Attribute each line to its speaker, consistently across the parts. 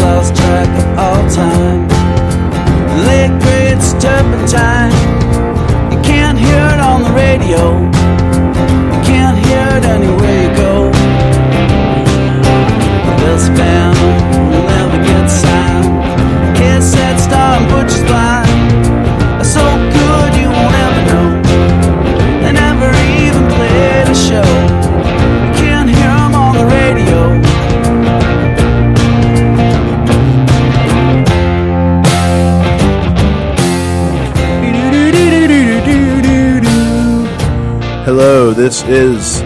Speaker 1: lost track of all time. Liquid's turpentine. You can't hear it on the radio. You can't hear it anywhere you go. This band will never get signed. Kiss that star and butcher's blind. They're so good you won't ever know. They never even played a show. You can't hear 'em on the radio.
Speaker 2: Hello, this is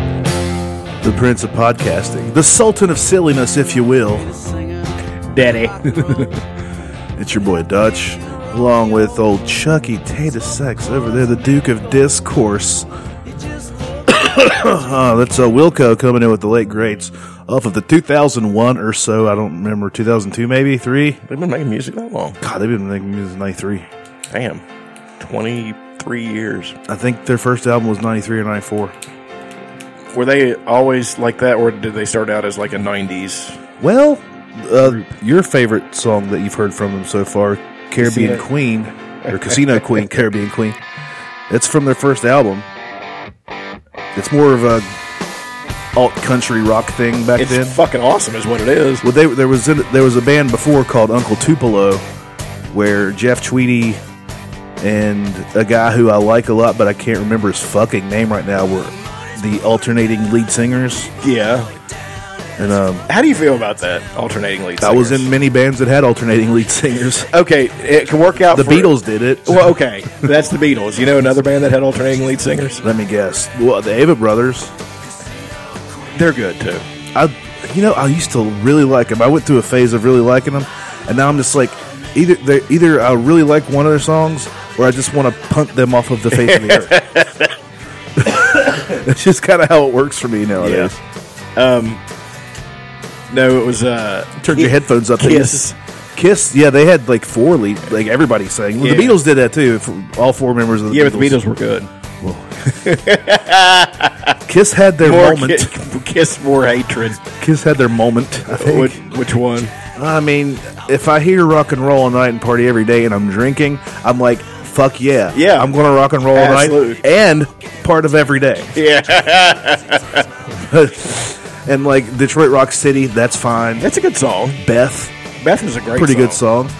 Speaker 2: the Prince of Podcasting, the Sultan of Silliness, if you will.
Speaker 3: Daddy.
Speaker 2: It's your boy Dutch, along with old Chucky Tata Sex over there, the Duke of Discourse. Uh, that's uh, Wilco coming in with the late greats off of the 2001 or so. I don't remember 2002, maybe three.
Speaker 3: They've been making music that long.
Speaker 2: God, they've been making music since '93.
Speaker 3: Damn. 23 years.
Speaker 2: I think their first album was '93 or '94.
Speaker 3: Were they always like that, or did they start out as like a 90s?
Speaker 2: Well, uh, your favorite song that you've heard from them so far, Caribbean
Speaker 3: Casino.
Speaker 2: Queen or Casino Queen, Caribbean Queen. It's from their first album. It's more of a alt country rock thing back
Speaker 3: It's
Speaker 2: then.
Speaker 3: fucking awesome, is what it is.
Speaker 2: well, they, there was there was a band before called Uncle Tupelo, where Jeff Tweedy and a guy who I like a lot, but I can't remember his fucking name right now, were the alternating lead singers.
Speaker 3: Yeah.
Speaker 2: And um,
Speaker 3: How do you feel about that alternating lead?
Speaker 2: I was
Speaker 3: singers?
Speaker 2: in many bands that had alternating lead singers.
Speaker 3: Okay, it can work out.
Speaker 2: The
Speaker 3: for-
Speaker 2: Beatles did it.
Speaker 3: Well, okay, that's the Beatles. You know another band that had alternating lead singers?
Speaker 2: Let me guess. Well, the Ava Brothers.
Speaker 3: They're good too.
Speaker 2: I, you know, I used to really like them. I went through a phase of really liking them, and now I'm just like, either they either I really like one of their songs, or I just want to punt them off of the face of the earth. It's just kind of how it works for me nowadays.
Speaker 3: Um, No, it was uh,
Speaker 2: Turn your headphones up.
Speaker 3: Kiss.
Speaker 2: Kiss. Yeah, they had like four lead, like everybody sang.
Speaker 3: Yeah.
Speaker 2: The Beatles did that too. For all four members of the
Speaker 3: Yeah,
Speaker 2: Beatles.
Speaker 3: but the Beatles were good.
Speaker 2: Kiss had their
Speaker 3: More
Speaker 2: moment.
Speaker 3: Ki- Kiss, more hatred.
Speaker 2: Kiss had their moment. I think.
Speaker 3: Which, which one?
Speaker 2: I mean, if I hear rock and roll all night and party every day and I'm drinking, I'm like, fuck yeah.
Speaker 3: Yeah.
Speaker 2: I'm going to rock and roll all night
Speaker 3: Absolute.
Speaker 2: and part of every day.
Speaker 3: Yeah,
Speaker 2: and like Detroit Rock City, that's fine.
Speaker 3: that's a good song.
Speaker 2: Beth,
Speaker 3: Beth is a great,
Speaker 2: pretty
Speaker 3: song.
Speaker 2: good song.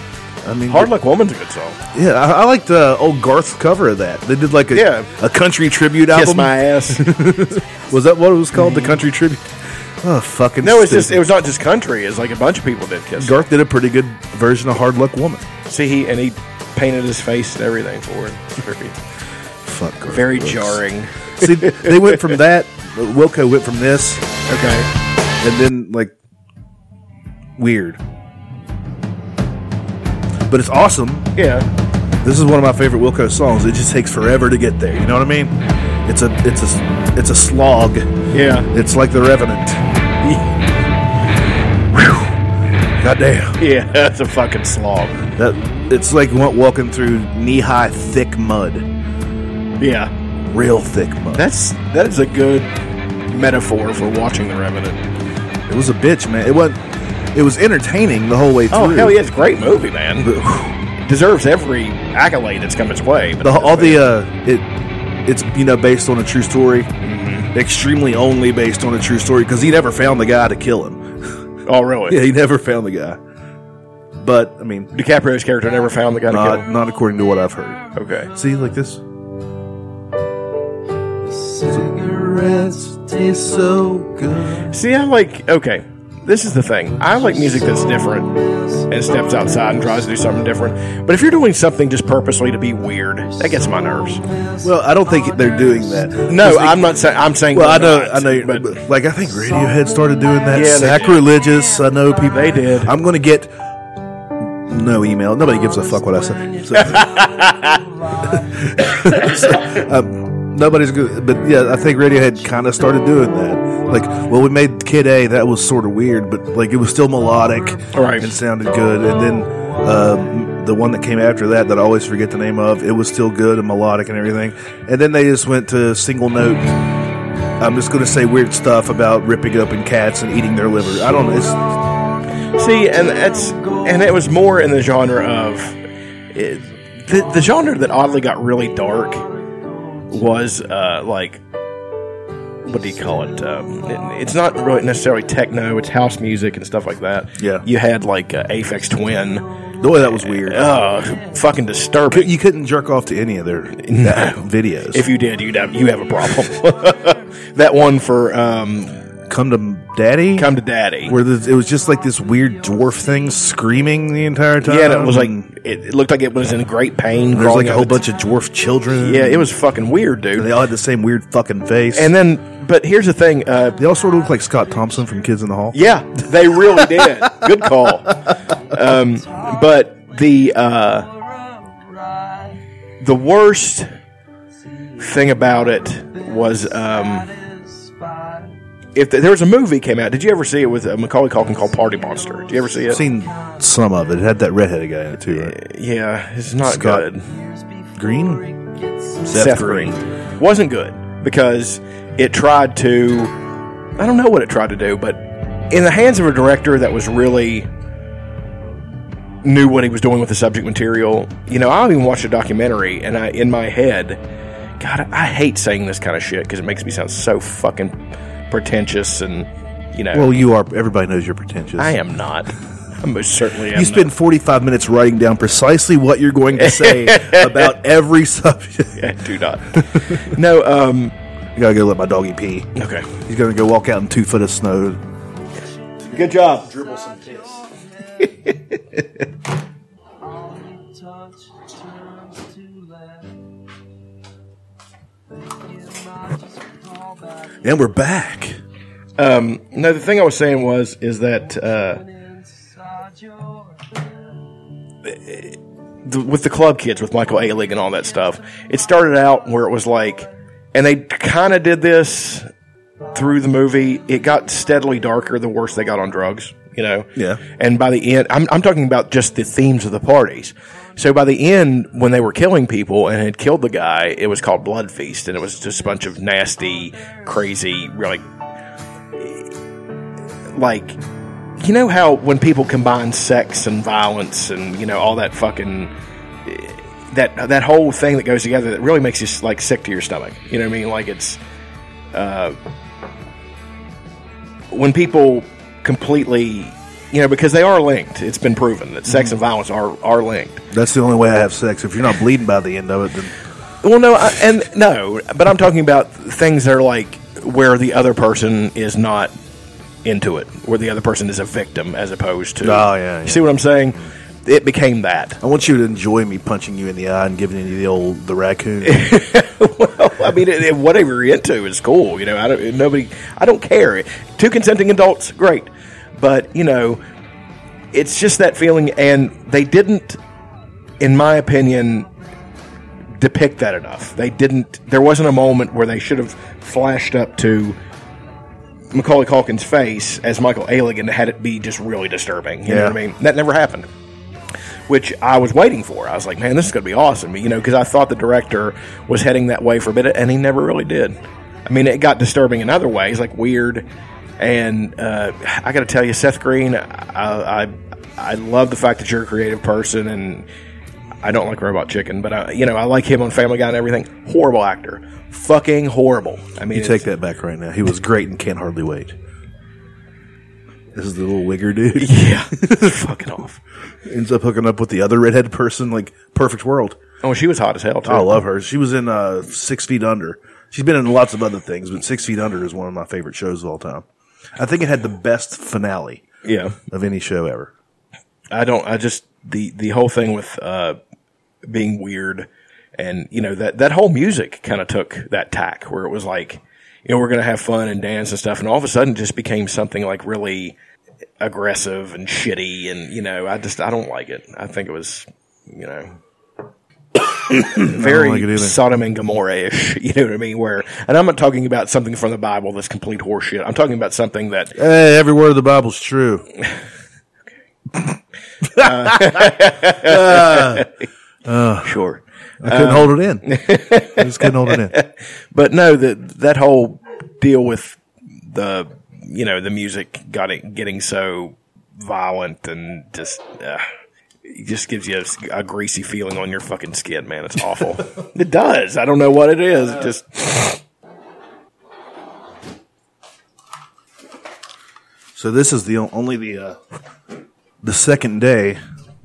Speaker 2: I mean,
Speaker 3: Hard Luck Woman's a good song.
Speaker 2: yeah, I, I liked the old Garth cover of that. They did like a,
Speaker 3: Yeah.
Speaker 2: a country tribute
Speaker 3: Kiss
Speaker 2: album.
Speaker 3: my ass.
Speaker 2: was that what it was called? The country tribute? Oh, fucking
Speaker 3: No, it's just
Speaker 2: stupid.
Speaker 3: it was not just country. It's like a bunch of people did Kiss.
Speaker 2: Garth did a pretty good version of Hard Luck Woman.
Speaker 3: See, he and he painted his face and everything for it. It's Very,
Speaker 2: Fuck Garth.
Speaker 3: very
Speaker 2: Brooks.
Speaker 3: jarring.
Speaker 2: See, they went from that. Wilco went from this.
Speaker 3: Okay.
Speaker 2: and then like weird. But it's awesome.
Speaker 3: Yeah.
Speaker 2: This is one of my favorite Wilco songs. It just takes forever to get there. You know what I mean? It's a it's a it's a slog.
Speaker 3: Yeah.
Speaker 2: It's like the Revenant. Goddamn.
Speaker 3: Yeah. That's a fucking slog.
Speaker 2: That it's like wa- walking through knee high thick mud,
Speaker 3: Yeah.
Speaker 2: real thick mud.
Speaker 3: That's that is a good metaphor for watching The Revenant.
Speaker 2: it was a bitch, man. It was it was entertaining the whole way through.
Speaker 3: Oh hell yeah, it's a great movie, man.
Speaker 2: But, whew,
Speaker 3: Deserves every accolade that's come its way. But
Speaker 2: the, all the uh, it it's you know based on a true story, extremely only based on a true story because he never found the guy to kill him.
Speaker 3: oh really?
Speaker 2: Yeah, he never found the guy. But I mean,
Speaker 3: DiCaprio's character never found the guy to
Speaker 2: not not according to what I've heard.
Speaker 3: kill. Him. Okay.
Speaker 2: See, like this.
Speaker 1: Cigarettes taste so good.
Speaker 3: See, I like. Okay, this is the thing. I like music that's different and steps outside and tries to do something different. But if you're doing something just purposely to be weird, that gets my nerves.
Speaker 2: Well, I don't think they're doing that.
Speaker 3: No, I'm not saying. I'm saying.
Speaker 2: Well, I
Speaker 3: they're
Speaker 2: know,
Speaker 3: not,
Speaker 2: I know, but, like I think Radiohead started doing that.
Speaker 3: Yeah, they did.
Speaker 2: sacrilegious. I know people.
Speaker 3: They did.
Speaker 2: I'm gonna get no email. Nobody gives a fuck what I say. So- um, nobody's good, but yeah, I think Radiohead kind of started doing that. Like, well, we made Kid A. That was sort of weird, but like it was still melodic
Speaker 3: Right.
Speaker 2: and sounded good. And then um, the one that came after that, that I always forget the name of, it was still good and melodic and everything. And then they just went to single note. I'm just going to say weird stuff about ripping open cats and eating their liver. I don't know. It's,
Speaker 3: See, and that's and it was more in the genre of it, the, the genre that oddly got really dark was uh, like what do you call it? Um, it- It's not really necessarily techno; it's house music and stuff like that.
Speaker 2: Yeah.
Speaker 3: you had like uh, Aphex Twin.
Speaker 2: Boy, that was weird.
Speaker 3: Oh, fucking disturbing.
Speaker 2: you couldn't jerk off to any of their uh, videos.
Speaker 3: if you did, you'd have you have a problem. that one for um,
Speaker 2: come to daddy,
Speaker 3: "Come to Daddy."
Speaker 2: where the, it was just like this weird dwarf thing screaming the entire time.
Speaker 3: yeah, and it was like
Speaker 2: and
Speaker 3: it, it looked like it was in great
Speaker 2: um,
Speaker 3: pain.
Speaker 2: there's like
Speaker 3: crawling
Speaker 2: a
Speaker 3: out
Speaker 2: whole
Speaker 3: of its-
Speaker 2: bunch of dwarf children.
Speaker 3: Yeah, it was fucking weird, dude.
Speaker 2: And they all had the same weird fucking face.
Speaker 3: And then, but here's the thing. Uh,
Speaker 2: they all sort of look like Scott Thompson from Kids in the Hall.
Speaker 3: yeah, they really did. Good call. Um, but the uh, the worst thing about it was um, if th- there was a movie came out. Did you ever see it with uh, Macaulay Culkin called Party Monster? Did you ever see it?
Speaker 2: I've seen some of it. It had that redheaded guy in it too, right?
Speaker 3: yeah, it's not
Speaker 2: Scott-
Speaker 3: good.
Speaker 2: Green?
Speaker 3: Seth, Green. wasn't good because it tried to I don't know what it tried to do, but in the hands of a director that was really knew what he was doing with the subject material, you know, I even watched a documentary and I in my head, God, I hate saying this kind of shit because it makes me sound so fucking pretentious and you know
Speaker 2: Well, you are. Everybody knows you're pretentious.
Speaker 3: I am not. I most certainly am
Speaker 2: You
Speaker 3: not.
Speaker 2: spend 45 minutes writing down precisely what you're going to say about every subject.
Speaker 3: I do not. no, um
Speaker 2: I gotta go let my doggy pee.
Speaker 3: okay.
Speaker 2: He's gonna go walk out in two foot of snow.
Speaker 3: Good job.
Speaker 2: And we're back.
Speaker 3: Um, no, the thing I was saying was is that uh, the, with the club kids, with Michael Ailig and all that stuff, it started out where it was like, and they kind of did this through the movie. It got steadily darker the worse they got on drugs, you know.
Speaker 2: Yeah.
Speaker 3: And by the end, I'm I'm talking about just the themes of the parties. So by the end, when they were killing people and had killed the guy, it was called Blood Feast, and it was just a bunch of nasty, crazy, really like you know how when people combine sex and violence and you know all that fucking eh, that that whole thing that goes together that really makes you like sick to your stomach you know what i mean like it's uh when people completely you know because they are linked it's been proven that
Speaker 2: Mm-hmm.
Speaker 3: sex and violence are are linked
Speaker 2: That's the only way I have sex. If you're not bleeding by the end of it, then
Speaker 3: Well, no, I, and no, but I'm talking about things that are like where the other person is not into it, where the other person is a victim as opposed to.
Speaker 2: Oh, yeah, yeah.
Speaker 3: You see what I'm saying? It became that.
Speaker 2: I want you to enjoy me punching you in the eye and giving you the old the raccoon.
Speaker 3: well, I mean, it, it- whatever you're into is cool. You know, I don't nobody. I don't care. Two consenting adults, great, but you know, it's just that feeling, and they didn't, in my opinion, depict that enough. They didn't. There wasn't a moment where they should have flashed up to Macaulay Calkin's face as Michael Aligan had it be just really disturbing. You know what I
Speaker 2: Yeah.
Speaker 3: mean? That never happened. Which I was waiting for. I was like, man, this is going to be awesome. You know, because I thought the director was heading that way for a bit, and he never really did. I mean, it got disturbing in other ways, like weird. And uh, I got to tell you, Seth Green, I, I I love the fact that you're a creative person, and I don't like Robot Chicken, but I, you know, I like him on Family Guy and everything. Horrible actor, fucking horrible. I mean,
Speaker 2: you
Speaker 3: it's-
Speaker 2: take that back right now. He was great and can't hardly wait. This is the little wigger dude.
Speaker 3: Yeah, fucking off.
Speaker 2: Ends up hooking up with the other redhead person, like perfect world.
Speaker 3: Oh, she was hot as hell too.
Speaker 2: I love her. She was in uh, Six Feet Under. She's been in lots of other things, but Six Feet Under is one of my favorite shows of all time. I think it had the best finale
Speaker 3: yeah,
Speaker 2: of any show ever.
Speaker 3: I don't. I just the the whole thing with uh, being weird, and you know that that whole music kind of took that tack where it was like, you know, we're gonna have fun and dance and stuff, and all of a sudden just became something like really aggressive and shitty, and you know, I just I don't like it. I think it was, you know. very
Speaker 2: like it either.
Speaker 3: Sodom and Gomorrah ish, you know what I mean? Where, and I'm not talking about something from the Bible that's complete horseshit. I'm talking about something that
Speaker 2: Hey, every word of the Bible's true.
Speaker 3: sure,
Speaker 2: I couldn't hold it in. I just couldn't hold it in.
Speaker 3: But no, that that whole deal with the you know the music got it getting so violent and just uh, it just gives you a, a greasy feeling on your fucking skin, man. It's awful. it does. I don't know what it is. It just
Speaker 2: So this is the o- only the uh, the second day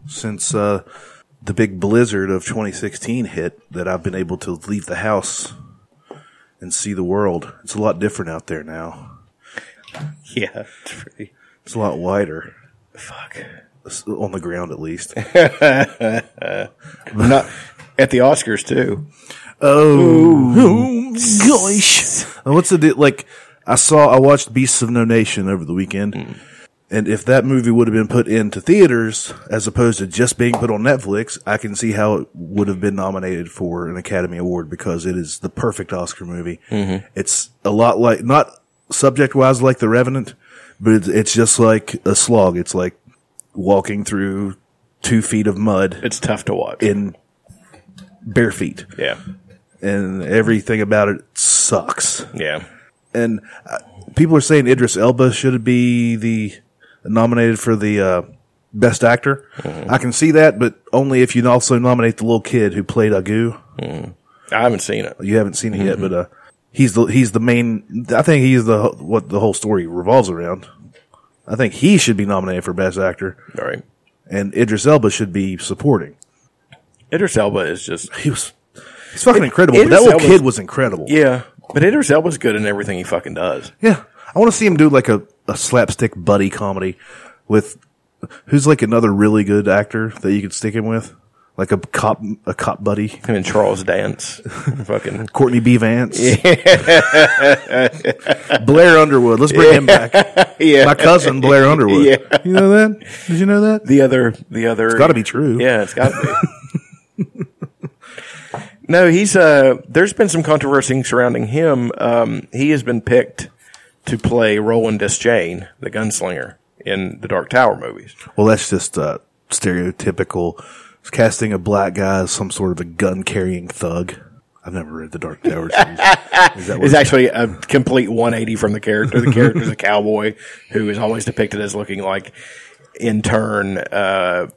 Speaker 2: since uh, the big blizzard of 2016 hit that I've been able to leave the house and see the world. It's a lot different out there now.
Speaker 3: yeah, it's pretty
Speaker 2: It's a lot wider
Speaker 3: fuck.
Speaker 2: s- on the ground, at least.
Speaker 3: Not at the Oscars too.
Speaker 2: Gosh. What's the di- like? I saw I watched Beasts of No Nation over the weekend, and if that movie would have been put into theaters as opposed to just being put on Netflix, I can see how it would have been nominated for an Academy Award because it is the perfect Oscar movie. It's a lot like not subject wise like The Revenant, but it's, it's just like a slog. It's like walking through two feet of mud
Speaker 3: It's tough to watch.
Speaker 2: in bare feet,
Speaker 3: yeah,
Speaker 2: and everything about it sucks
Speaker 3: yeah.
Speaker 2: and uh, people are saying Idris Elba should be the nominated for the uh, best actor. I can see that, but only if you also nominate the little kid who played Agu.
Speaker 3: I haven't seen it.
Speaker 2: You haven't seen it yet, but uh, he's the he's the main. I think he's the what the whole story revolves around. I think he should be nominated for best actor,
Speaker 3: All right.
Speaker 2: and Idris Elba should be supporting.
Speaker 3: Idris Elba is just
Speaker 2: He was. He's fucking incredible. but that
Speaker 3: Idris
Speaker 2: little
Speaker 3: Elba's-
Speaker 2: kid was incredible.
Speaker 3: yeah, but Idris Elba's good in everything he fucking does.
Speaker 2: Yeah. I want to see him do like a, a slapstick buddy comedy with who's like another really good actor that you could stick him with? Like a cop a cop buddy.
Speaker 3: Him and Charles Dance, fucking
Speaker 2: Courtney B. Vance. Blair Underwood. Let's bring him back.
Speaker 3: yeah.
Speaker 2: My cousin Blair Underwood.
Speaker 3: Yeah.
Speaker 2: You know that? Did you know that?
Speaker 3: the other the other it's
Speaker 2: gotta be true.
Speaker 3: yeah it's gotta be no he's uh there's been some controversy surrounding him um he has been picked to play roland deschain the gunslinger in the dark tower movies
Speaker 2: Well, that's just uh, stereotypical casting a black guy as some sort of a gun carrying thug. I've never read the Dark Tower series. Is that what
Speaker 3: it's actually a complete 180 from the character the character's a cowboy who is always depicted as looking like in turn uh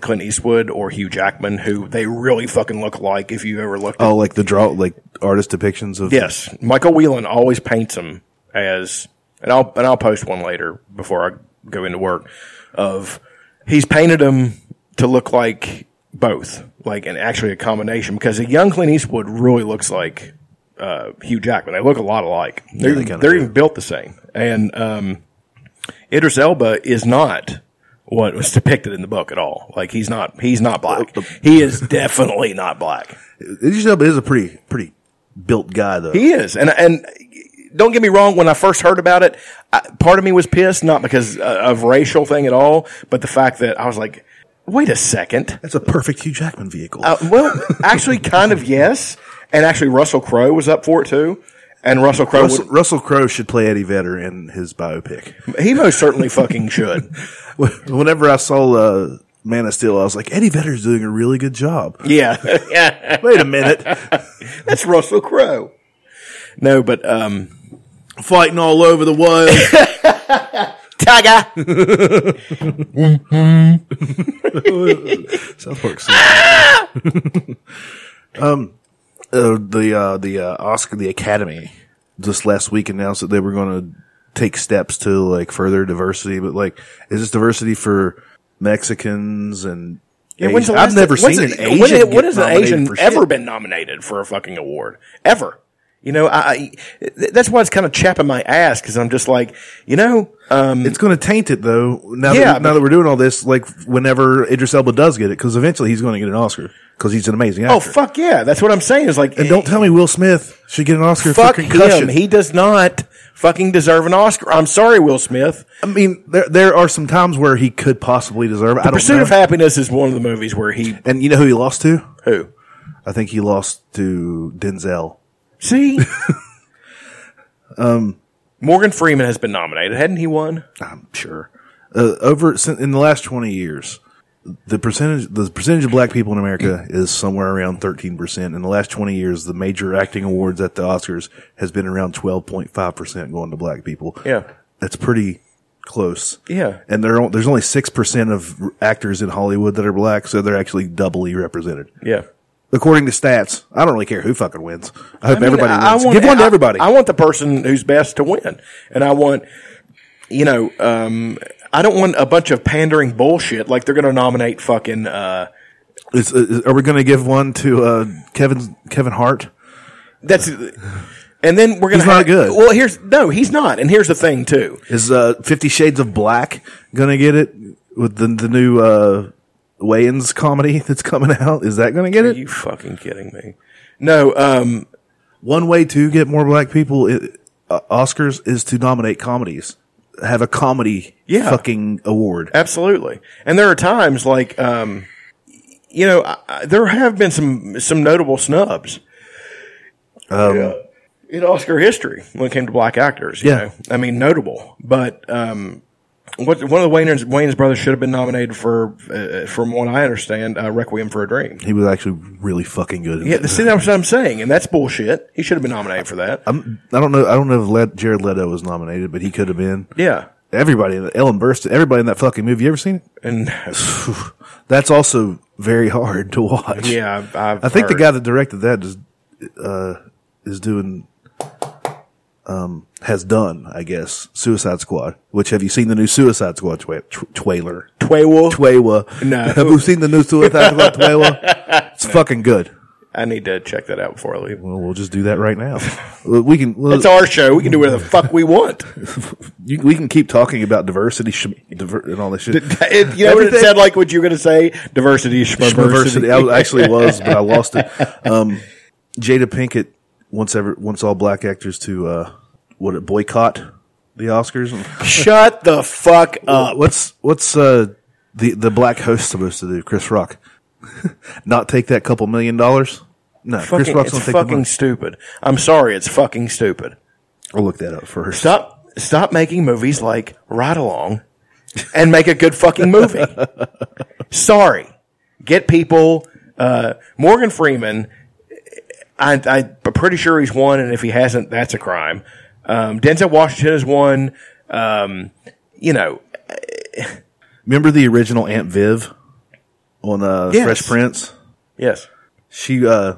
Speaker 3: Clint Eastwood or Hugh Jackman, who they really fucking look like if you ever looked at
Speaker 2: Oh, like the draw, like artist depictions of
Speaker 3: Yes, Michael Whelan always paints him as, and I'll and I'll post one later before I go into work. Of he's painted him to look like both, like and actually a combination because a young Clint Eastwood really looks like uh, Hugh Jackman. They look a lot alike. They're,
Speaker 2: they
Speaker 3: even,
Speaker 2: kinda
Speaker 3: they're
Speaker 2: do.
Speaker 3: even built the same. And um, Idris Elba is not what was depicted in the book at all. Like he's not he's not black. He is definitely not black.
Speaker 2: Idris Elba is a pretty pretty built guy though.
Speaker 3: He is, and and don't get me wrong. When I first heard about it, I, part of me was pissed, not because uh, of racial thing at all, but the fact that I was like, wait a second.
Speaker 2: That's a perfect Hugh Jackman vehicle.
Speaker 3: Uh, well, actually, kind of yes, and actually Russell Crowe was up for it too, and Russell Crowe
Speaker 2: Russell, Russell Crowe should play Eddie Vedder in his biopic.
Speaker 3: would- he most certainly fucking should.
Speaker 2: Whenever I saw uh, Man of Steel, I was like, Eddie Vedder's doing a really good job.
Speaker 3: Yeah, yeah,
Speaker 2: Wait a minute,
Speaker 3: that's Russell Crowe. No, but um,
Speaker 2: fighting all over the world.
Speaker 3: Tiger.
Speaker 2: South Park. song. um, uh, the uh, the uh, Oscar, the Academy, just last week announced that they were going to take steps to like further diversity. But like, is this diversity for Mexicans and?
Speaker 3: when's the
Speaker 2: Asian-
Speaker 3: last-
Speaker 2: I've never
Speaker 3: when's
Speaker 2: seen an
Speaker 3: it-
Speaker 2: Asian.
Speaker 3: When, it- when
Speaker 2: get
Speaker 3: has an
Speaker 2: nominated
Speaker 3: Asian
Speaker 2: for shit.
Speaker 3: ever been nominated for a fucking award? Ever? You know, I, I th- that's why it's kind of chapping my ass because I'm just like, you know, um,
Speaker 2: It's going to taint it though. Now,
Speaker 3: Yeah,
Speaker 2: that, now that we're doing all this, like whenever Idris Elba does get it, because eventually he's going to get an Oscar because he's an amazing actor.
Speaker 3: oh fuck yeah, that's what I'm saying. Is like,
Speaker 2: And don't tell me Will Smith should get an Oscar
Speaker 3: fuck
Speaker 2: for concussion.
Speaker 3: him. He does not fucking deserve an Oscar. I'm sorry, Will Smith.
Speaker 2: I mean, there there are some times where he could possibly deserve. it. I don't
Speaker 3: Pursuit
Speaker 2: know.
Speaker 3: of Happiness is one of the movies where he
Speaker 2: and you know who he lost to?
Speaker 3: who
Speaker 2: I think he lost to Denzel.
Speaker 3: see. um, Morgan Freeman has been nominated, hadn't he? Won.
Speaker 2: I'm sure. Uh, over sin- in the last 20 years, the percentage the percentage of black people in America is somewhere around 13%. In the last 20 years, the major acting awards at the Oscars has been around 12.5% going to black people.
Speaker 3: Yeah.
Speaker 2: That's pretty close.
Speaker 3: Yeah.
Speaker 2: and there are, there's only six percent of r- actors in Hollywood that are black, so they're actually doubly represented.
Speaker 3: Yeah.
Speaker 2: According to stats, I don't really care who fucking wins. I hope
Speaker 3: I mean,
Speaker 2: everybody
Speaker 3: I- I
Speaker 2: wins.
Speaker 3: want-
Speaker 2: Give one to
Speaker 3: I-
Speaker 2: everybody.
Speaker 3: I want the person who's best to win, and I want, you know, um, I don't want a bunch of pandering bullshit like they're going to nominate fucking. Uh,
Speaker 2: Is- is- are we going to give one to uh, Kevin Kevin Hart?
Speaker 3: that's, and then we're going
Speaker 2: He's
Speaker 3: to
Speaker 2: not good.
Speaker 3: Well, here's no, he's not, and here's the thing too.
Speaker 2: Is uh, Fifty Shades of Black going to get it with the the new uh, Wayans comedy that's coming out? Is that going to get
Speaker 3: Are
Speaker 2: it?
Speaker 3: you fucking kidding me? No, um,
Speaker 2: One way to get more black people i uh, Oscars is to nominate comedies. Have a comedy
Speaker 3: Yeah.
Speaker 2: fucking award.
Speaker 3: Absolutely. And there are times like, um, you know, I, I, there have been some some notable snubs um, Yeah. in Oscar history when it came to black actors. You
Speaker 2: Yeah.
Speaker 3: know? I mean, notable. But um, what, one of the Wayans, Wayans brothers should have been nominated for, uh, from what I understand, uh, Requiem for a Dream.
Speaker 2: He was actually really fucking good. in
Speaker 3: Yeah,
Speaker 2: that.
Speaker 3: see, that's what I'm saying, and that's bullshit. He should have been nominated for that.
Speaker 2: I'm, I don't know. I don't know if Led, Jared Leto was nominated, but he could have been.
Speaker 3: yeah,
Speaker 2: Everybody, Ellen Burstyn, everybody in that fucking movie. You ever seen it?
Speaker 3: and
Speaker 2: That's also very hard to watch.
Speaker 3: yeah, I've, I've
Speaker 2: I think the
Speaker 3: heard.
Speaker 2: guy that directed that is, uh, is doing, um, has done, I guess, Suicide Squad. Which have you seen the new Suicide Squad twa- tw- trailer?
Speaker 3: Quavo.
Speaker 2: Twawa.
Speaker 3: No.
Speaker 2: Have you seen the new Suicide Squad Twawa? It's fucking good.
Speaker 3: I need to check that out before I leave.
Speaker 2: Well, we'll just do that right now. Well, we can. Well,
Speaker 3: It's our show. We can do whatever the fuck we want.
Speaker 2: you, we can keep talking about diversity sh- diver- and all this shit.
Speaker 3: It, you know what it
Speaker 2: Everything-
Speaker 3: said like what you were going to say?
Speaker 2: Diversity.
Speaker 3: Diversity, schmiversity.
Speaker 2: I was- actually was, but I lost it. Um, Jada Pinkett wants ever wants all black actors to uh, what it boycott the Oscars.
Speaker 3: Shut the fuck up.
Speaker 2: what's what's uh, the the black host supposed to do? Chris Rock, not take that couple million dollars? No, Chris
Speaker 3: Fucking,
Speaker 2: Rock's
Speaker 3: it's
Speaker 2: gonna take the
Speaker 3: fucking
Speaker 2: money.
Speaker 3: stupid. I'm sorry. It's fucking stupid.
Speaker 2: I'll look that up first.
Speaker 3: Stop. Stop making movies like Ride Along, and make a good fucking movie. sorry. Get people. Uh, Morgan Freeman. I, I, I'm pretty sure he's won, and if he hasn't, that's a crime. Um, Denzel Washington has won. Um, you know,
Speaker 2: Remember the original Aunt Viv on uh,
Speaker 3: Yes.
Speaker 2: Fresh Prince?
Speaker 3: yes.
Speaker 2: She uh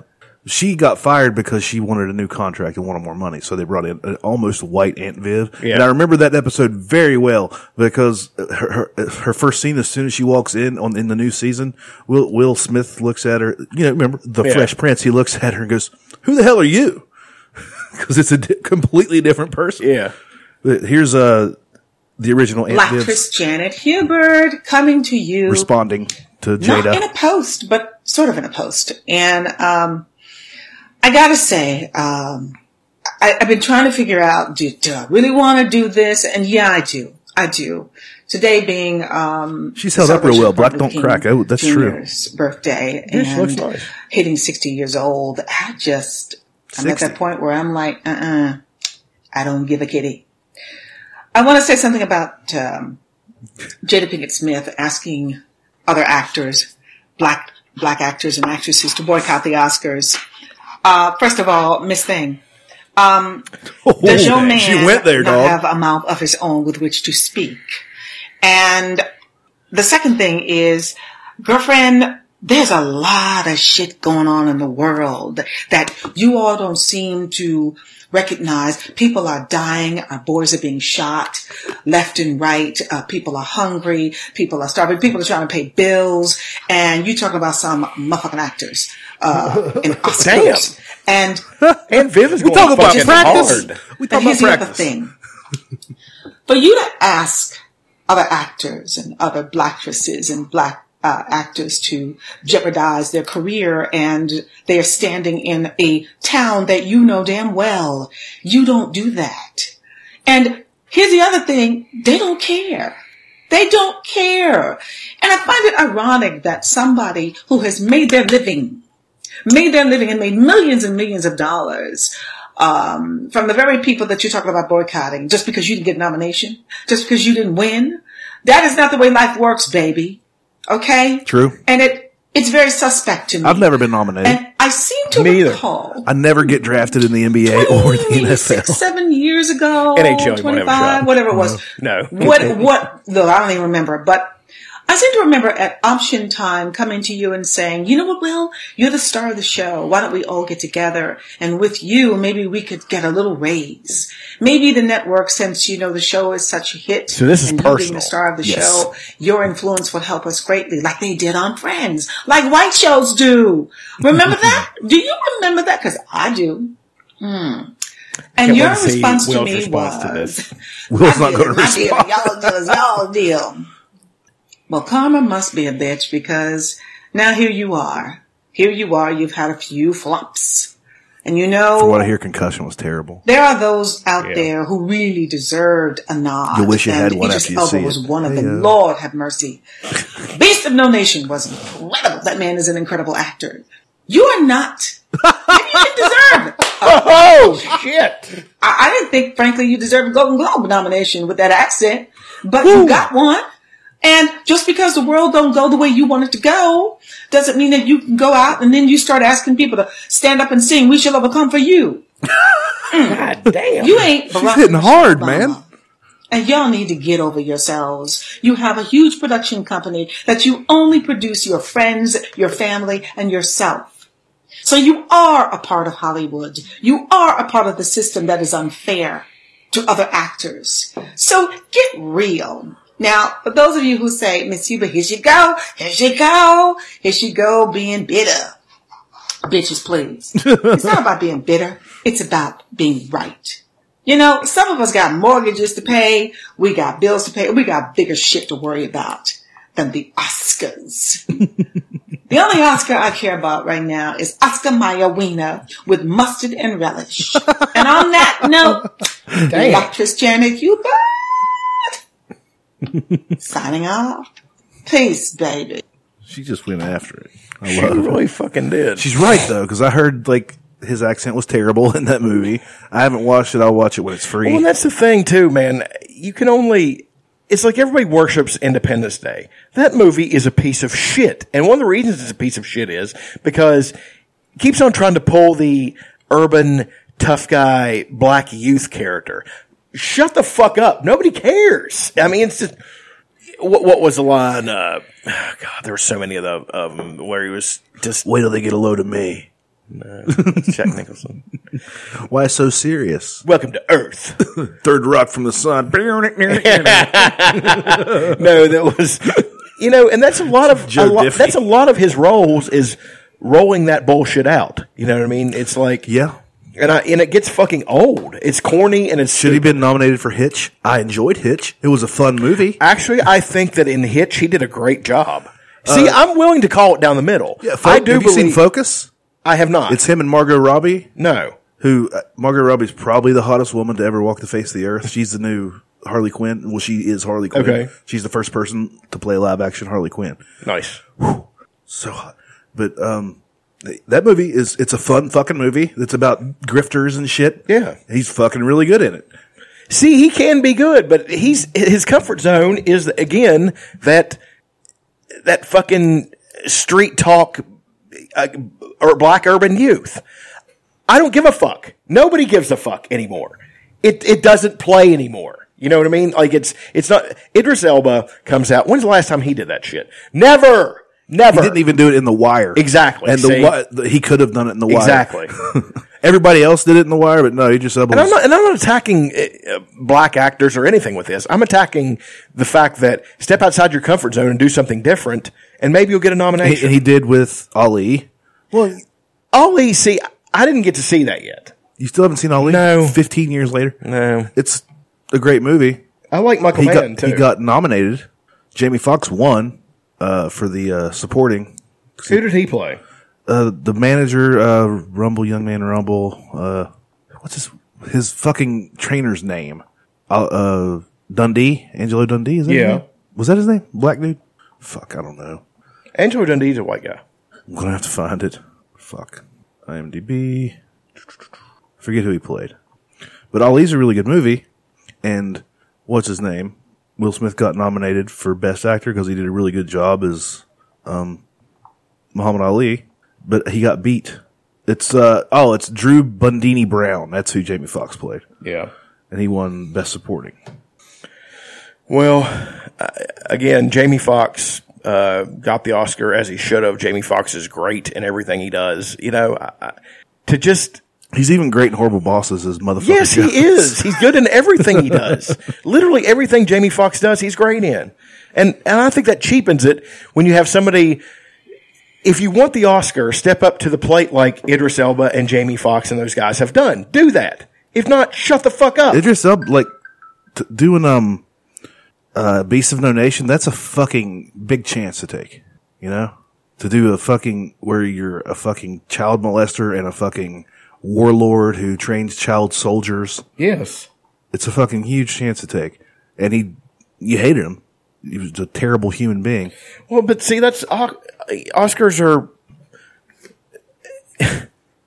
Speaker 2: she got fired because she wanted a new contract and wanted more money, so they brought in an almost white Aunt Viv.
Speaker 3: Yeah.
Speaker 2: And I remember that episode very well because uh, her, her her first scene as soon as she walks in on in the new season, Will Will Smith looks at her. You know, remember the
Speaker 3: Yeah.
Speaker 2: Fresh Prince? He looks at her and goes, "Who the hell are you?" Because it's a di- completely different person.
Speaker 3: Yeah.
Speaker 2: But Here's uh the original Aunt
Speaker 4: Actress
Speaker 2: Viv
Speaker 4: Janet Hubert coming to you.
Speaker 2: responding to
Speaker 4: not
Speaker 2: Jada.
Speaker 4: in a post, but sort of in a post. And um, I gotta say, um, I, I've been trying to figure out: do, do I really want to do this? And yeah, I do. I do. Today being um,
Speaker 2: She's held up real well. Black
Speaker 4: Martin
Speaker 2: don't
Speaker 4: King
Speaker 2: crack. Oh, that's true.
Speaker 4: Jr.'s Birthday
Speaker 3: Yeah,
Speaker 4: and
Speaker 3: she looks nice.
Speaker 4: hitting sixty years old. I just I'm at
Speaker 2: 60.
Speaker 4: that point where I'm like, uh, uh I don't give a kitty. I want to say something about um, Jada Pinkett Smith asking other actors, black black actors and actresses, to boycott the Oscars. Uh, first of all, Miss Thing. Does your man
Speaker 2: Oh, she went there,
Speaker 4: not
Speaker 2: dog.
Speaker 4: have a mouth of his own with which to speak? And the second thing is, girlfriend, there's a lot of shit going on in the world that you all don't seem to recognize. People are dying. Our boys are being shot left and right. Uh, people are hungry. People are starving. People are trying to pay bills. And you talk about some motherfucking actors, uh, in Oscars. And
Speaker 3: And Viv is
Speaker 2: We
Speaker 3: going
Speaker 2: talk about
Speaker 3: fucking
Speaker 2: practice.
Speaker 3: hard.
Speaker 2: We talk about
Speaker 4: and here's the other
Speaker 2: practice.
Speaker 4: thing. For you to ask other actors and other black actresses and black uh, actors to jeopardize their career and they are standing in a town that you know damn well, you don't do that. And here's the other thing, they don't care. They don't care. And I find it ironic that somebody who has made their living, made their living and made millions and millions of dollars um, from the very people that you're talking about boycotting just because you didn't get a nomination, just because you didn't win. That is not the way life works, baby. Okay?
Speaker 2: True.
Speaker 4: And it It's very suspect to me.
Speaker 2: I've never been nominated.
Speaker 4: And I seem to
Speaker 3: Me either.
Speaker 4: recall
Speaker 2: I never get drafted in the NBA or the
Speaker 4: 26,
Speaker 2: NFL.
Speaker 4: seven years ago,
Speaker 3: NHL, you won't have a shot.
Speaker 4: 25, whatever it was.
Speaker 3: No.
Speaker 4: What, what, look, I don't even remember, but I seem to remember at option time coming to you and saying, you know what, Will, you're the star of the show. Why don't we all get together? And with you, maybe we could get a little raise. Maybe the network, since you know the show is such a hit.
Speaker 3: So this is
Speaker 4: and You being
Speaker 3: personal.
Speaker 4: the star of the
Speaker 3: Yes.
Speaker 4: show, your influence will help us greatly, like they did on Friends, like white shows do. Remember that? Do you remember that? Because I do. Hmm. And
Speaker 3: Can't
Speaker 4: your
Speaker 3: wait to see
Speaker 4: response to
Speaker 3: Will's
Speaker 4: me
Speaker 3: response to
Speaker 4: was,
Speaker 3: this.
Speaker 2: Will's not
Speaker 4: "My
Speaker 2: going to
Speaker 4: deal,
Speaker 2: respond.
Speaker 4: Y'all deal, y'all deal. Well, karma must be a bitch because now here you are. Here you are. You've had a few flops. And you
Speaker 2: From what I
Speaker 4: know,
Speaker 2: hear, concussion was terrible.
Speaker 4: there are those out
Speaker 3: Yeah.
Speaker 4: there who really deserved a nod.
Speaker 2: You wish you
Speaker 4: and
Speaker 2: had one
Speaker 4: Idris
Speaker 2: after you
Speaker 4: Elba
Speaker 2: see it.
Speaker 4: was one of them.
Speaker 2: Yeah.
Speaker 4: Lord have mercy. Beast of No Nation was incredible. That man is an incredible actor. You are not. Maybe you didn't deserve it.
Speaker 3: Oh shit!
Speaker 4: I, I didn't think, frankly, you deserved a Golden Globe nomination with that accent, but you got one. And just because the world don't go the way you want it to go, doesn't mean that you can go out and then you start asking people to stand up and sing "We Shall Overcome" for you.
Speaker 3: God damn!
Speaker 4: You ain't Barack
Speaker 2: hitting
Speaker 4: Obama.
Speaker 2: hard, man.
Speaker 4: And y'all need to get over yourselves. You have a huge production company that you only produce your friends, your family, and yourself. So you are a part of Hollywood. You are a part of the system that is unfair to other actors. So get real. Now, for those of you who say, Miss Huber, here she go, here she go, here she go being bitter. Bitches, please. it's not about being bitter. It's about being right. You know, some of us got mortgages to pay, we got bills to pay, we got bigger shit to worry about than the Oscars. the only Oscar I care about right now is Oscar Mayer Wiener with mustard and relish. and on that note, the actress Janet Hubert signing off. Peace, baby.
Speaker 2: She just went after it. I
Speaker 3: She
Speaker 2: love it.
Speaker 3: really fucking did.
Speaker 2: She's right though, because I heard like his accent was terrible in that movie. I haven't watched it. I'll watch it when it's free.
Speaker 3: Well, and that's the thing too, man. You can only. It's like everybody worships Independence Day. That movie is a piece of shit, and one of the reasons it's a piece of shit is because it keeps on trying to pull the urban tough guy black youth character. Shut the fuck up. Nobody cares. I mean, it's just what, what was the line? Uh, God, there were so many of the of 'em where he was just
Speaker 2: Wait till they get a load of me.
Speaker 3: Jack Nicholson.
Speaker 2: Why so serious?
Speaker 3: Welcome to Earth.
Speaker 2: Third rock from the sun.
Speaker 3: no, that was you know, and that's a lot of a
Speaker 2: Joe
Speaker 3: lot,
Speaker 2: Diffie.
Speaker 3: that's a lot of his roles is rolling that bullshit out. You know what I mean? It's like
Speaker 2: yeah.
Speaker 3: and I and it gets fucking old. It's corny and it's
Speaker 2: Should he
Speaker 3: stupid.
Speaker 2: been nominated for Hitch? I enjoyed Hitch. It was a fun movie.
Speaker 3: Actually, I think that in Hitch he did a great job. See, I'm willing to call it down the middle.
Speaker 2: Uh, Fo-
Speaker 3: I do
Speaker 2: Have you
Speaker 3: believe
Speaker 2: seen Focus?
Speaker 3: I have not.
Speaker 2: It's him and Margot Robbie.
Speaker 3: no.
Speaker 2: Who uh, Margot Robbie's probably the hottest woman to ever walk the face of the earth. She's the new Harley Quinn. Well, she is Harley Quinn.
Speaker 3: Okay.
Speaker 2: She's the first person to play live action Harley Quinn.
Speaker 3: Nice.
Speaker 2: so hot. But um, th- that movie is it's a fun fucking movie. It's about grifters and shit.
Speaker 3: Yeah.
Speaker 2: he's fucking really good in it.
Speaker 3: See, he can be good, but he's his comfort zone is again that that fucking street talk uh, or black urban youth. I don't give a fuck. Nobody gives a fuck anymore. It it doesn't play anymore. You know what I mean? Like it's it's not Idris Elba comes out. When's the last time he did that shit? Never. Never.
Speaker 2: He didn't even do it in The Wire.
Speaker 3: Exactly,
Speaker 2: And
Speaker 3: see?
Speaker 2: the wi- the- he could have done it in The Wire.
Speaker 3: Exactly.
Speaker 2: Everybody else did it in The Wire, but no, he just
Speaker 3: And I'm not, and I'm not attacking uh, uh, black actors or anything with this. I'm attacking the fact that step outside your comfort zone and do something different, and maybe you'll get a
Speaker 2: and,
Speaker 3: nomination.
Speaker 2: he did with Ali. Well,
Speaker 3: Ollie, see, I didn't get to see that yet.
Speaker 2: you still haven't seen Ali?
Speaker 3: No.
Speaker 2: Fifteen years later.
Speaker 3: No.
Speaker 2: It's a great movie.
Speaker 3: I like Michael
Speaker 2: He
Speaker 3: Mann
Speaker 2: got
Speaker 3: too.
Speaker 2: he got nominated. Jamie Foxx won uh, for the uh, supporting
Speaker 3: Who did he play?
Speaker 2: uh, the manager, uh, Rumble Young Man Rumble, uh, what's his his fucking trainer's name? Uh, uh Dundee, Angelo Dundee, is that his
Speaker 3: Yeah.
Speaker 2: name? Was that his name? Black dude? Fuck, I don't know.
Speaker 3: Angelo Dundee's a white guy.
Speaker 2: I'm gonna have to find it. Fuck, IMDb. Forget who he played, but Ali's a really good movie, and what's his name? Will Smith got nominated for Best Actor because he did a really good job as um, Muhammad Ali, but he got beat. It's uh oh, it's Drew Bundini Brown. That's who Jamie Foxx played,
Speaker 3: Yeah.
Speaker 2: and he won Best Supporting.
Speaker 3: Well, I- again, Jamie Foxx uh, got the Oscar as he should have. Jamie Foxx is great in everything he does. You know, I, I, to just
Speaker 2: He's even great in Horrible Bosses as motherfucker.
Speaker 3: yes, he
Speaker 2: Jones.
Speaker 3: is. He's good in everything he does. Literally everything Jamie Foxx does, he's great in. And and I think that cheapens it when you have somebody. If you want the Oscar, step up to the plate like Idris Elba and Jamie Foxx and those guys have done. Do that. If not, shut the fuck up.
Speaker 2: Idris Elba, like t- doing um, uh, Beast of No Nation. That's a fucking big chance to take. You know, to do a fucking where you're a fucking child molester and a fucking warlord who trains child soldiers.
Speaker 5: Yes.
Speaker 2: It's a fucking huge chance to take. And he, you hated him. He was a terrible human being.
Speaker 3: Well, but see, that's O- Oscars are.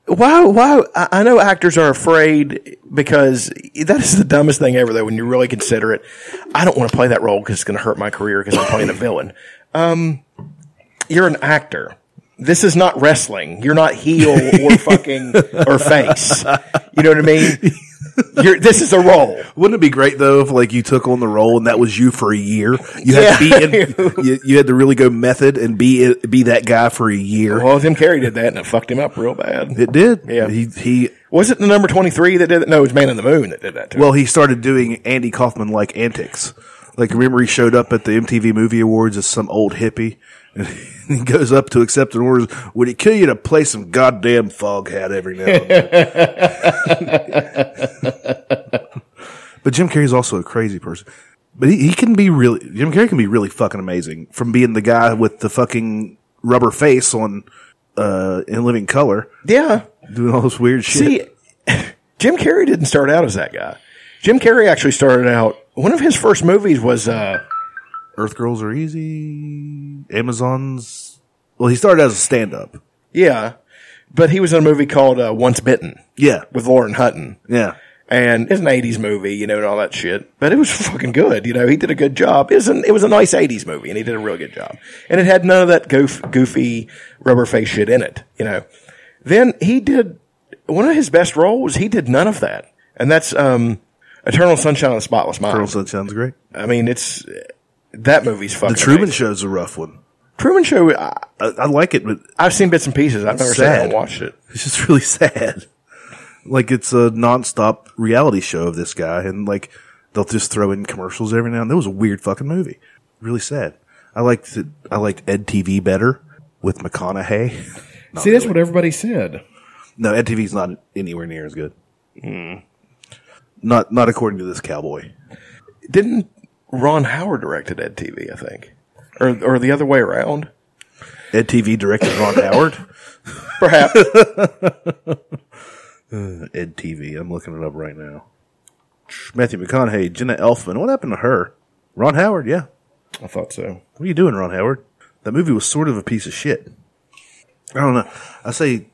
Speaker 3: Why? Why? I I know actors are afraid because that is the dumbest thing ever. Though, when you really consider it, I don't want to play that role because it's going to hurt my career because I'm playing a villain. Um, you're an actor. This is not wrestling. You're not heel or fucking or face. You know what I mean? You're, this is a role.
Speaker 2: Wouldn't it be great though if like you took on the role and that was you for a year? You had to be in, you, you had to really go method and be be that guy for a year.
Speaker 3: Well, Jim Carrey did that, and it fucked him up real bad.
Speaker 2: It did.
Speaker 3: Oh. Yeah.
Speaker 2: He he
Speaker 3: Was it the number 23 that did it? No, it was Man in the Moon that did that. To him.
Speaker 2: well he started doing Andy Kaufman like antics. Like remember he showed up at the MTV Movie Awards as some old hippie and he goes up to accept an orders. Would it kill you to play some goddamn fog hat every now and then? but Jim Carrey's also a crazy person. But he, he can be really Jim Carrey can be really fucking amazing from being the guy with the fucking rubber face on uh in living color
Speaker 3: yeah.
Speaker 2: doing all this weird shit.
Speaker 3: See, Jim Carrey didn't start out as that guy. Jim Carrey actually started out. One of his first movies was uh,
Speaker 2: Earth Girls Are Easy, Amazon's. Well, he started as a stand up.
Speaker 3: yeah, but he was in a movie called uh, Once Bitten
Speaker 2: Yeah.
Speaker 3: with Lauren Hutton,
Speaker 2: Yeah.
Speaker 3: and it's an '80s movie, you know, and all that shit. But it was fucking good. You know, he did a good job. It was, an, it was a nice '80s movie, and he did a real good job. And it had none of that goof, goofy rubber face shit in it. You know, then he did one of his best roles. He did none of that, and that's um, Eternal Sunshine of the Spotless Mind.
Speaker 2: Girl Sunshine's great.
Speaker 3: I mean, it's that movie's fucking.
Speaker 2: The Truman
Speaker 3: amazing.
Speaker 2: Show's a rough one.
Speaker 3: Truman Show. I,
Speaker 2: I, I like it, but
Speaker 3: I've seen bits and pieces. I've never sat down
Speaker 2: sad.
Speaker 3: and watched it.
Speaker 2: it's just really sad. Like, it's a nonstop reality show of this guy, and like, they'll just throw in commercials every now and then. It was a weird fucking movie. Really sad. I liked it. I liked Ed TV better with McConaughey.
Speaker 5: See, that's what everybody said.
Speaker 2: No, Ed TV's not anywhere near as good. Not, not according to this cowboy.
Speaker 3: Didn't Ron Howard directed Ed TV? I think, or or the other way around,
Speaker 2: Ed TV directed Ron Howard.
Speaker 3: perhaps.
Speaker 2: Ed TV. I'm looking it up right now. Matthew McConaughey, Jenna Elfman. What happened to her? Ron Howard, yeah.
Speaker 5: I thought so.
Speaker 2: What are you doing, Ron Howard? That movie was sort of a piece of shit. I don't know. I say,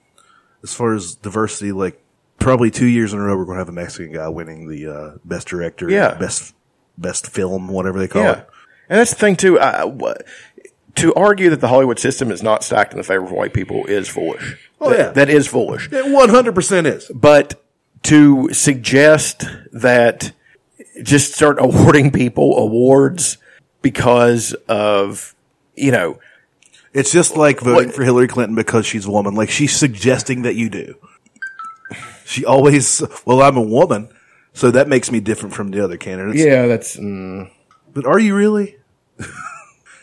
Speaker 2: as far as diversity, like probably two years in a row, we're going to have a Mexican guy winning the uh, best director,
Speaker 3: Yeah.
Speaker 2: best best film, whatever they call
Speaker 3: yeah,
Speaker 2: it.
Speaker 3: and that's the thing too. I, I- wha- to argue that the Hollywood system is not stacked in the favor of white people is foolish.
Speaker 2: Oh,
Speaker 3: That-
Speaker 2: yeah.
Speaker 3: that is foolish.
Speaker 2: It 100% is.
Speaker 3: but to suggest that just start awarding people awards because of you know
Speaker 2: It's just like voting
Speaker 3: What-
Speaker 2: for Hillary Clinton because she's a woman. Like she's suggesting that you do. She always, well, I'm a woman, so that makes me different from the other candidates.
Speaker 5: Yeah, that's. Mm,
Speaker 2: But are you really?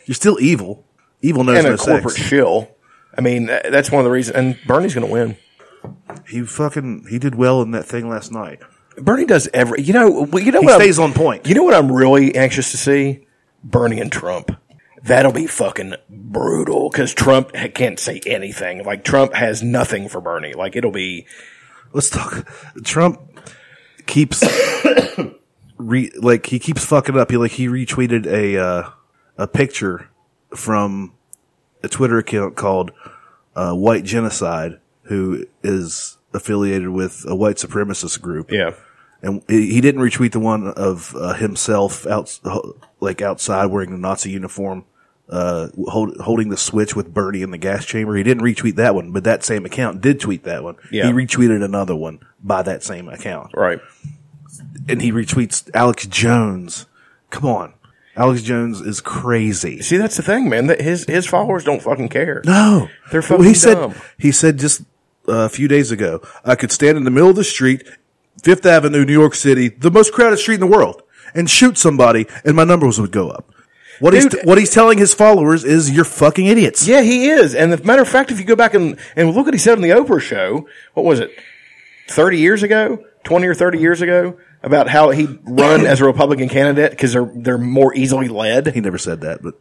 Speaker 2: You're still evil. Evil knows
Speaker 3: and
Speaker 2: no
Speaker 3: a corporate
Speaker 2: sex.
Speaker 3: shill. I mean tha- that's one of the reasons. And Bernie's going to win.
Speaker 2: He fucking he did well in that thing last night.
Speaker 3: Bernie does every. You know. well, You know.
Speaker 2: He
Speaker 3: what I'm-
Speaker 2: stays on point.
Speaker 3: You know what I'm really anxious to see? Bernie and Trump. That'll be fucking brutal because Trump ha- can't say anything. Like Trump has nothing for Bernie. Like it'll be.
Speaker 2: Let's talk. Trump keeps re like he keeps fucking up. He like he retweeted a uh, a picture from a Twitter account called uh, White Genocide, who is affiliated with a white supremacist group.
Speaker 3: Yeah.
Speaker 2: and he he didn't retweet the one of uh, himself out like outside wearing the Nazi uniform. uh, hold, holding the switch with Bernie in the gas chamber. He didn't retweet that one, but that same account did tweet that one.
Speaker 3: Yeah.
Speaker 2: He retweeted another one by that same account.
Speaker 3: Right.
Speaker 2: And he retweets Alex Jones. Come on. Alex Jones is crazy.
Speaker 3: See, that's the thing, man. That his his followers don't fucking care.
Speaker 2: No,
Speaker 3: They're
Speaker 2: Well,
Speaker 3: fucking
Speaker 2: he said,
Speaker 3: dumb.
Speaker 2: He said just uh, a few days ago, I could stand in the middle of the street, Fifth Avenue, New York City, the most crowded street in the world, and shoot somebody, and my numbers would go up. What he's
Speaker 3: Dude.
Speaker 2: what he's telling his followers is, "You're fucking idiots."
Speaker 3: Yeah, he is. And as a matter of fact, if you go back and, and look what he said on the Oprah show, what was it, 30 years ago, 20 or 30 years ago, about how he'd run as a Republican candidate because they're, they're more easily led.
Speaker 2: He never said that, but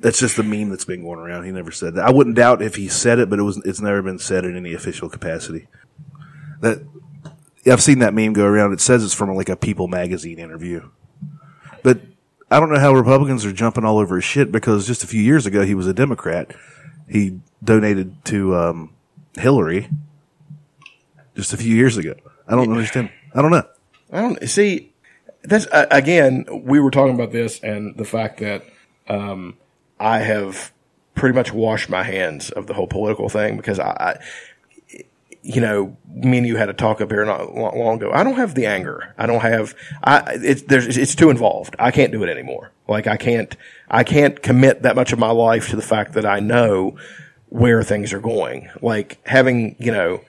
Speaker 2: that's just the meme that's been going around. He never said that. I wouldn't doubt if he said it, but it was it's never been said in any official capacity. That I've seen that meme go around. It says it's from like a People magazine interview, but I don't know how Republicans are jumping all over his shit because just a few years ago he was a Democrat. He donated to um, Hillary just a few years ago. I don't understand. I don't know.
Speaker 3: I don't see. That's uh, again, we were talking
Speaker 5: Talking about this and the fact that um,
Speaker 3: I have pretty much washed my hands of the whole political thing because I, I you know, me and you had a talk up here not long, long ago. I don't have the anger. I don't have. I it's there's it's too involved. I can't do it anymore. Like I can't I can't commit that much of my life to the fact that I know where things are going. Like having you know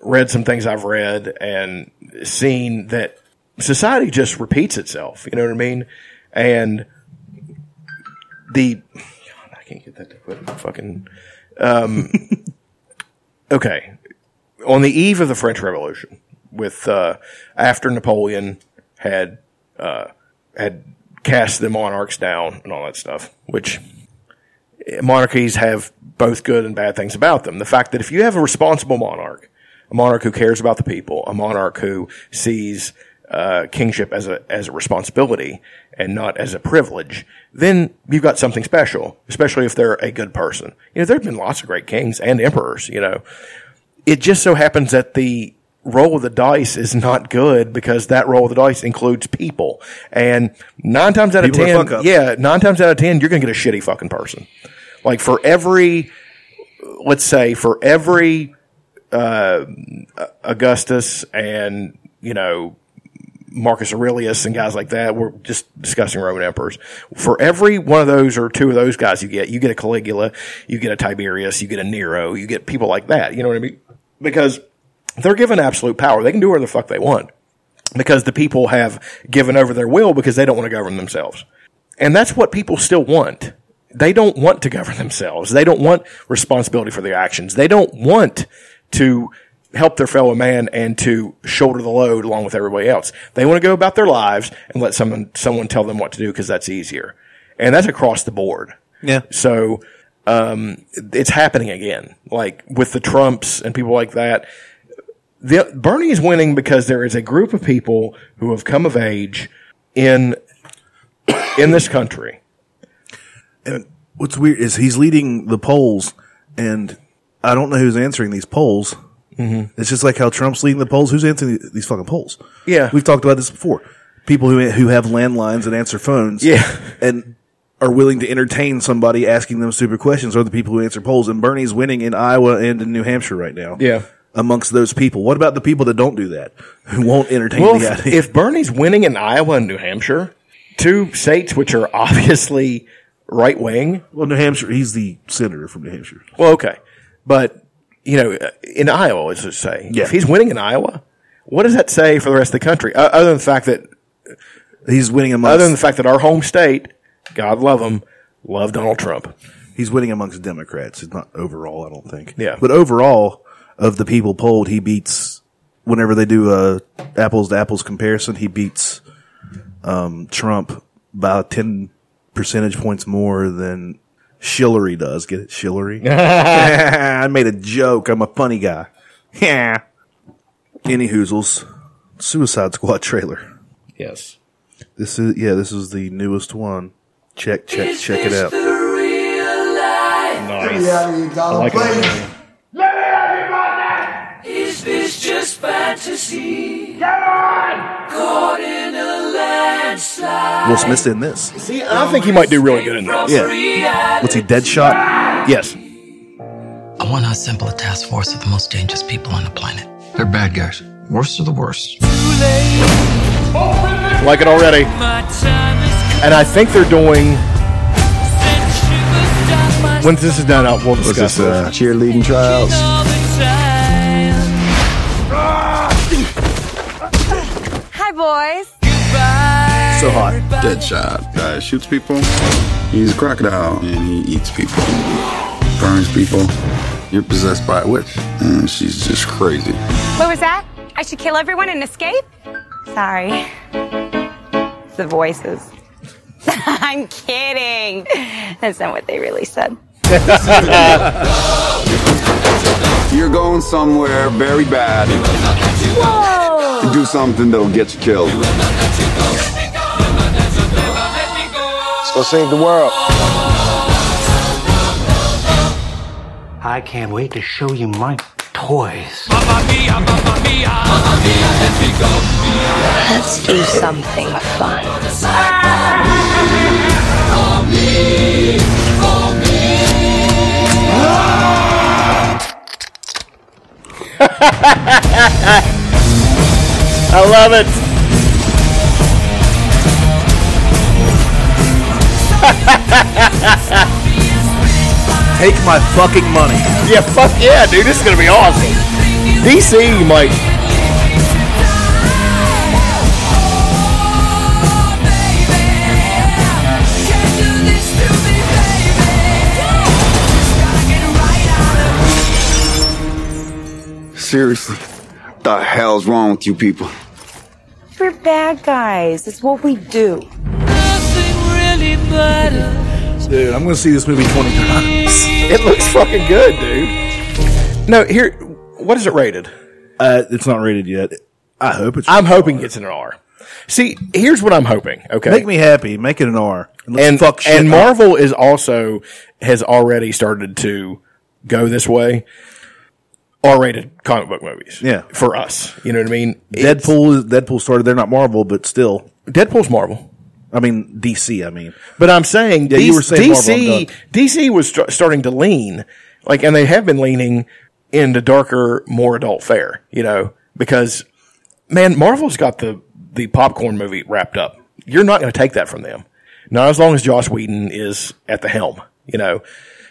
Speaker 3: read some things I've read and seen that society just repeats itself. You know what I mean? And the God, I can't get that to quit. Fucking um, okay. On the eve of the French Revolution, with uh, after Napoleon had uh, had cast the monarchs down and all that stuff, which monarchies have both good and bad things about them. The fact that if you have a responsible monarch, a monarch who cares about the people, a monarch who sees uh, kingship as a as a responsibility and not as a privilege, then you've got something special. Especially if they're a good person. You know, there've been lots of great kings and emperors. You know, it just so happens that the roll of the dice is not good because that roll of the dice includes people, and nine times out
Speaker 2: People are
Speaker 3: of
Speaker 2: fuck
Speaker 3: ten,
Speaker 2: ups.
Speaker 3: yeah, nine times out of ten, you're going to get a shitty fucking person. Like for every, let's say for every uh, Augustus and you know Marcus Aurelius and guys like that, we're just discussing Roman emperors. For every one of those or two of those guys you get, you get a Caligula, you get a Tiberius, you get a Nero, you get people like that. You know what I mean? Because they're given absolute power; they can do whatever the fuck they want because the people have given over their will because they don't want to govern themselves. And that's what people still want. They don't want to govern themselves. They don't want responsibility for their actions. They don't want to help their fellow man and to shoulder the load along with everybody else. They want to go about their lives and let someone someone tell them what to do because that's easier. And that's across the board.
Speaker 2: Yeah.
Speaker 3: So um, it's happening again, like with the Trumps and people like that. The, Bernie is winning because there is a group of people who have come of age in in this country.
Speaker 2: And what's weird is he's leading the polls, and I don't know who's answering these polls. Mm-hmm. It's just like how Trump's leading the polls. Who's answering these fucking polls?
Speaker 3: Yeah.
Speaker 2: we've talked about this before. People who who have landlines and answer phones,
Speaker 3: Yeah.
Speaker 2: and are willing to entertain somebody asking them stupid questions are the people who answer polls. And Bernie's winning in Iowa and in New Hampshire right now.
Speaker 3: Yeah.
Speaker 2: amongst those people. What about the people that don't do that? Who won't entertain
Speaker 3: Well,
Speaker 2: the
Speaker 3: if,
Speaker 2: idea?
Speaker 3: if Bernie's winning in Iowa and New Hampshire, two states which are obviously right wing,
Speaker 2: well, New Hampshire, he's the senator from New Hampshire.
Speaker 3: Well, okay, but you know, in Iowa, let's just say,
Speaker 2: Yeah.
Speaker 3: if he's winning in Iowa, what does that say for the rest of the country? O- Other than the fact that,
Speaker 2: He's winning amongst
Speaker 3: other than the fact that our home state, God love him, love Donald Trump.
Speaker 2: he's winning amongst Democrats. It's not overall, I don't think.
Speaker 3: Yeah.
Speaker 2: But overall, of the people polled, he beats. Whenever they do a apples to apples comparison, he beats um, Trump by ten percentage points more than Shillery does. Get it, Shillery? I made a joke. I'm a funny guy. Yeah. Any hoozles? Suicide Squad trailer.
Speaker 5: yes,
Speaker 2: This is yeah. This is the newest one. Check check check it out.
Speaker 5: nice. I like it. already.
Speaker 1: Is this just fantasy? Come on! Caught in a land
Speaker 2: Will Smith's in this.
Speaker 3: See, I think he might do really good in this.
Speaker 2: Yeah. What's he, Deadshot?
Speaker 3: Yes.
Speaker 6: I want to assemble a task force of the most dangerous people on the planet. They're bad guys. Worst of the worst.
Speaker 3: Like it already. And I think they're doing. Once this is done, I'll, we'll
Speaker 7: Was
Speaker 3: discuss
Speaker 7: this uh,
Speaker 3: this.
Speaker 7: cheerleading tryouts?
Speaker 8: Hi, boys.
Speaker 2: So hot.
Speaker 9: Deadshot. Guy shoots people. He's a crocodile and he eats people, burns people. You're possessed by a witch, and she's just crazy.
Speaker 8: What was that? I should kill everyone and escape? Sorry. It's the voices. I'm kidding. That's not what they really said.
Speaker 9: You're going somewhere very bad to do something that'll get you killed.
Speaker 7: Let's go save the world.
Speaker 10: I can't wait to show you my toys.
Speaker 8: Let's do something fun.
Speaker 3: I love it.
Speaker 2: Take my fucking money.
Speaker 3: Yeah, fuck yeah, dude. This is going to be awesome. DC might.
Speaker 9: Seriously, the hell's wrong with you people?
Speaker 8: We're bad guys. It's what we do.
Speaker 2: Dude, I'm going to see this movie 20 times.
Speaker 3: It looks fucking good, dude. No, here. What is it rated?
Speaker 2: Uh, it's not rated yet. I hope it's
Speaker 3: I'm hoping it's an R. See, here's what I'm hoping. Okay.
Speaker 2: Make me happy. Make it an R. Let's
Speaker 3: and
Speaker 2: fuck shit
Speaker 3: and
Speaker 2: up.
Speaker 3: Marvel is also has already started to go this way. R-rated comic book movies,
Speaker 2: Yeah.
Speaker 3: for us. You know what I mean? It's-
Speaker 2: Deadpool. Deadpool started. They're not Marvel, but still.
Speaker 3: Deadpool's Marvel,
Speaker 2: I mean DC. I mean,
Speaker 3: but I'm saying
Speaker 2: Yeah, you were saying Marvel, I'm
Speaker 3: DC.
Speaker 2: done.
Speaker 3: DC was start- starting to lean, like, and they have been leaning into darker, more adult fare. You know, because man, Marvel's got the the popcorn movie wrapped up. You're not going to take that from them. Not as long as Josh Whedon is at the helm, you know.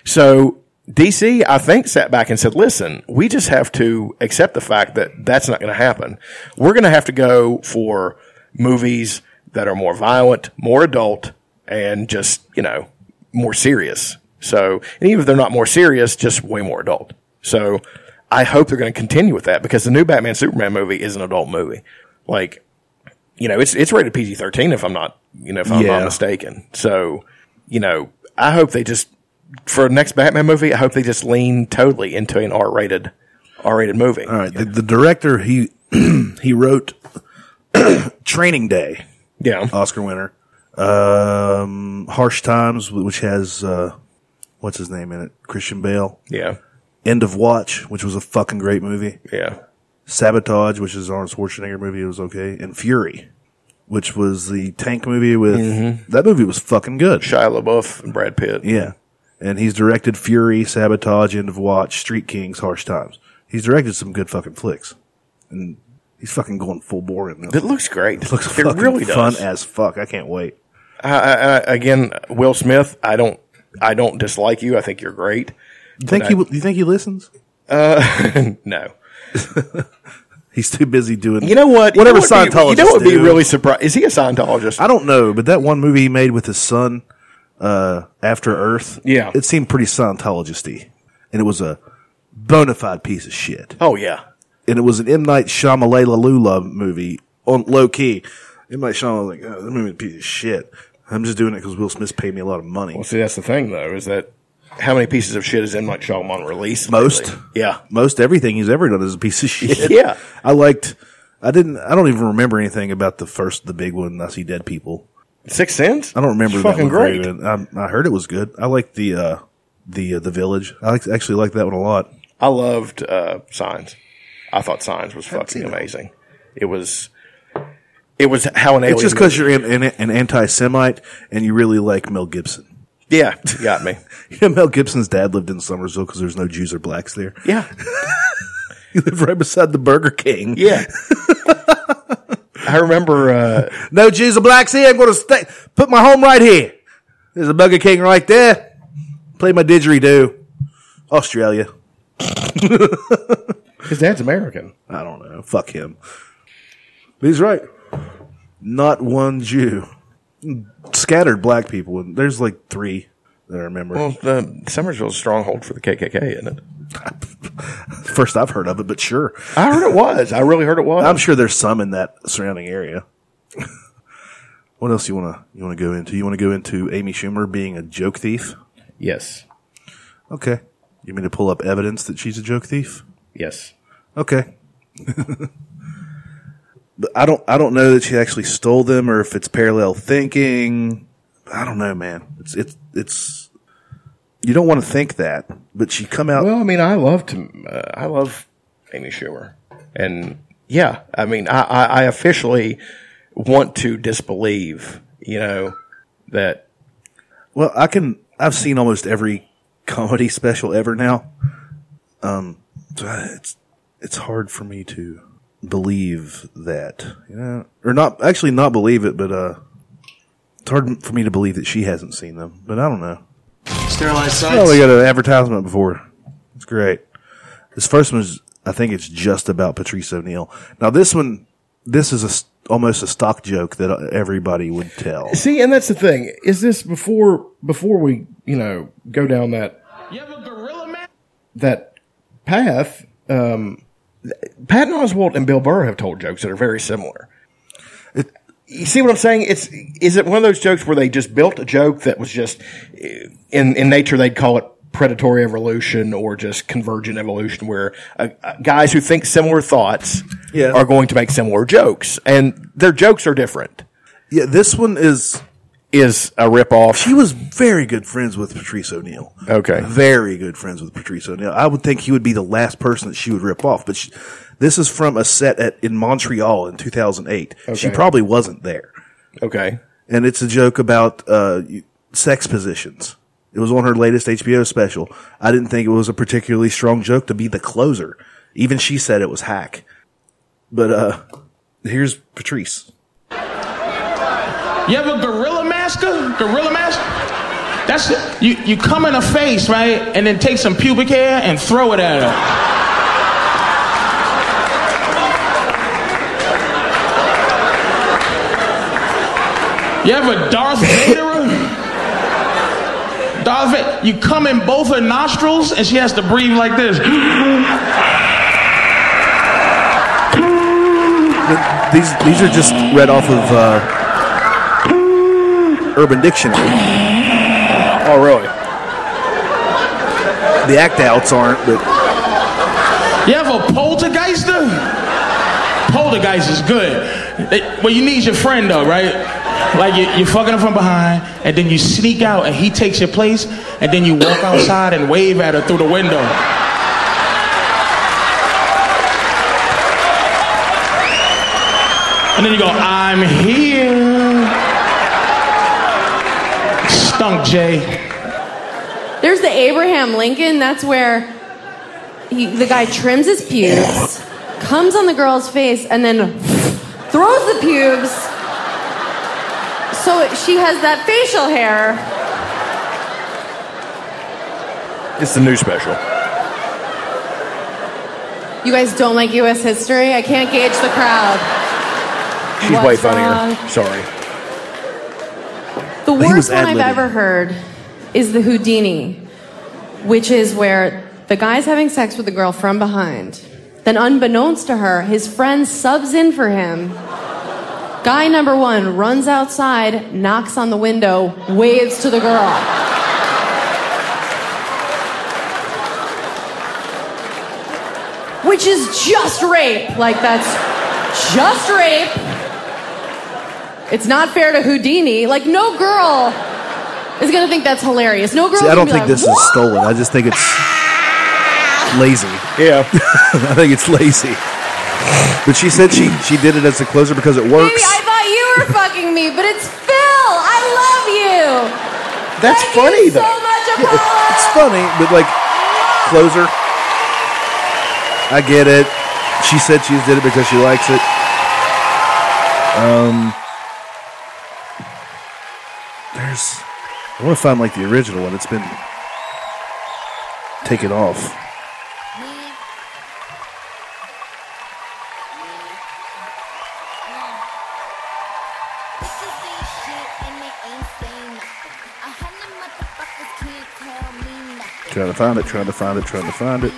Speaker 3: So DC, I think, sat back and said, "Listen, we just have to accept the fact that that's not going to happen. We're going to have to go for movies that are more violent, more adult, and just you know more serious. So, and even if they're not more serious, just way more adult. So, I hope they're going to continue with that because the new Batman Superman movie is an adult movie. Like, you know, it's it's rated PG thirteen if I'm not you know if I'm
Speaker 2: Yeah.
Speaker 3: not mistaken. So, you know, I hope they just for next Batman movie, I hope they just lean totally into an R rated R rated movie.
Speaker 2: all right. The, the director he he wrote Training Day,
Speaker 3: Yeah,
Speaker 2: Oscar winner. Um, Harsh Times, which has uh, what's his name in it? Christian Bale.
Speaker 3: yeah,
Speaker 2: End of Watch, which was a fucking great movie.
Speaker 3: yeah.
Speaker 2: Sabotage, which is an Arnold Schwarzenegger movie, it was okay, and Fury, which was the tank movie with
Speaker 3: Mm-hmm.
Speaker 2: that movie was fucking good.
Speaker 3: Shia LaBeouf and Brad Pitt.
Speaker 2: Yeah. And he's directed Fury, Sabotage, End of Watch, Street Kings, Harsh Times. He's directed some good fucking flicks. And he's fucking going full bore in this.
Speaker 3: It looks great. It,
Speaker 2: looks fucking
Speaker 3: really does.
Speaker 2: fun as fuck. I can't wait.
Speaker 3: I, I, again, Will Smith, I don't, I don't dislike you. I think you're great.
Speaker 2: You think
Speaker 3: I-
Speaker 2: he will- you think he listens?
Speaker 3: No,
Speaker 2: He's too busy doing
Speaker 3: you know what?
Speaker 2: Whatever
Speaker 3: you know what
Speaker 2: Scientologists
Speaker 3: Be, you know what would be
Speaker 2: do.
Speaker 3: really surprised? Is he a Scientologist?
Speaker 2: I don't know, but that one movie he made with his son, uh, After Earth,
Speaker 3: Yeah.
Speaker 2: it seemed pretty Scientologist-y, and it was a bona fide piece of shit.
Speaker 3: oh yeah,
Speaker 2: and it was an M Night Shyamalan Lula movie on low key. M Night Shyamalan was like, oh, that movie is a piece of shit. I'm just doing it because Will Smith paid me a lot of money.
Speaker 3: Well, see, that's the thing, though, is that how many pieces of shit is in like Shyamalan released?
Speaker 2: Most.
Speaker 3: lately? Yeah.
Speaker 2: Most everything he's ever done is a piece of shit.
Speaker 3: Yeah.
Speaker 2: I liked. I didn't. I don't even remember anything about the first, the big one. I see dead people.
Speaker 3: Six Sense?
Speaker 2: I don't remember
Speaker 3: It's
Speaker 2: that
Speaker 3: fucking
Speaker 2: one very
Speaker 3: great.
Speaker 2: good. I, I heard it was good. I liked the uh, the uh, the village. I like, actually liked that one a lot.
Speaker 3: I loved uh, Signs. I thought Signs was fucking amazing. It was It was how an alien.
Speaker 2: It's just because you're an, an, an anti Semite and you really like Mel Gibson.
Speaker 3: Yeah, you got me.
Speaker 2: you know, Mel Gibson's dad lived in Somersville because there's no Jews or blacks there.
Speaker 3: Yeah.
Speaker 2: he lived right beside the Burger King.
Speaker 3: Yeah. I remember. Uh,
Speaker 2: no Jews or blacks here. I'm going to stay. Put my home right here. There's a Burger King right there. Play my didgeridoo. Australia.
Speaker 11: His dad's American.
Speaker 2: I don't know. Fuck him. But he's right. Not one Jew. Scattered black people. and There's like three that I remember.
Speaker 3: well, the Somersville's a stronghold for the KKK, isn't it?
Speaker 2: First I've heard of it, but sure.
Speaker 3: I heard it was. I really heard it was.
Speaker 2: I'm sure there's some in that surrounding area. what else you wanna you wanna go into? You wanna go into Amy Schumer being a joke thief?
Speaker 11: Yes.
Speaker 2: Okay. You mean to pull up evidence that she's a joke thief?
Speaker 11: Yes.
Speaker 2: Okay. but I don't I don't know that she actually stole them or if it's parallel thinking. I don't know, man. It's it's it's you don't want to think that, but she come out
Speaker 11: Well, I mean, I love to.
Speaker 3: Uh, I love Amy Schumer, and yeah, I mean, I, I, I officially want to disbelieve. You know that
Speaker 2: Well, I can. I've seen almost every comedy special ever now. Um, so I- it's it's hard for me to believe that, you know, or not actually not believe it, but uh, it's hard for me to believe that she hasn't seen them. But I don't know.
Speaker 12: Sterilized sites.
Speaker 2: Oh, we got an advertisement before. It's great. This first one's, I think it's just about Patrice O'Neill. Now this one, this is a s- almost a stock joke that uh, everybody would tell.
Speaker 11: See, and that's the thing. Is this before before we you know go down that that path? Um,
Speaker 3: Patton Oswalt and Bill Burr have told jokes that are very similar. you see what I'm saying? It's is it one of those jokes where they just built a joke that was just in in nature they'd call it predatory evolution or just convergent evolution, where uh, uh, guys who think similar thoughts
Speaker 2: Yeah.
Speaker 3: are going to make similar jokes, and their jokes are different.
Speaker 2: Yeah, this one is
Speaker 3: is a ripoff.
Speaker 2: She was very good friends with Patrice O'Neill.
Speaker 3: Okay.
Speaker 2: very good friends with Patrice O'Neill. I would think he would be the last person that she would rip off. But she, this is from a set at in Montreal in 2008. She
Speaker 3: Okay.
Speaker 2: probably wasn't there,
Speaker 3: Okay.
Speaker 2: and it's a joke about uh, you- sex positions. It was on her latest HBO special. I didn't think it was a particularly strong joke to be the closer. Even she said it was hack. But uh, here's Patrice.
Speaker 1: You have a gorilla master? Gorilla master? That's you. You come in a face, right, and then take some pubic hair and throw it at her. You have a Darth Vader? Darth Vader. You come in both her nostrils, and she has to breathe like this.
Speaker 2: These these are just read off of uh, Urban Dictionary. Oh, really? The act outs aren't, but
Speaker 1: You have a poltergeister? Poltergeist is good. It- well, you need your friend though, right? Like you, you're fucking him from behind, and then you sneak out, and he takes your place, and then you walk outside and wave at her through the window. And then you go, I'm here. Stunk, Jay.
Speaker 13: There's the Abraham Lincoln. That's where he, the guy trims his pubes, comes on the girl's face, and then throws the pubes. So she has that facial hair.
Speaker 3: It's the new special.
Speaker 13: You guys don't like U.S. history? I can't gauge the crowd.
Speaker 3: She's
Speaker 13: What's
Speaker 3: way funnier.
Speaker 13: wrong?
Speaker 3: Sorry.
Speaker 13: The
Speaker 3: He was
Speaker 13: worst one I've
Speaker 3: ad-libbing.
Speaker 13: ever heard is the Houdini, which is where the guy's having sex with the girl from behind. Then, unbeknownst to her, his friend subs in for him. Guy number one runs outside, knocks on the window, waves to the girl. Which is just rape. Like, that's just rape. It's not fair to Houdini. Like, no girl is gonna think that's hilarious. No girl.
Speaker 2: see, I
Speaker 13: is
Speaker 2: don't
Speaker 13: gonna be
Speaker 2: think
Speaker 13: like,
Speaker 2: this
Speaker 13: "Whoa!"
Speaker 2: is stolen. I just think it's lazy.
Speaker 3: Yeah,
Speaker 2: I think it's lazy. But she said she she did it as a closer because it
Speaker 14: Baby,
Speaker 2: works.
Speaker 14: I thought you were fucking me, but it's Phil. I love you.
Speaker 2: That's
Speaker 14: Thank you
Speaker 2: funny though.
Speaker 14: So much,
Speaker 2: Yeah,
Speaker 14: Apollo.
Speaker 2: it's funny, but like closer. I get it. She said she did it because she likes it. Um, there's. I want to find like the original one. It's been taken off. Trying to find it. Trying to find it. Trying to find it.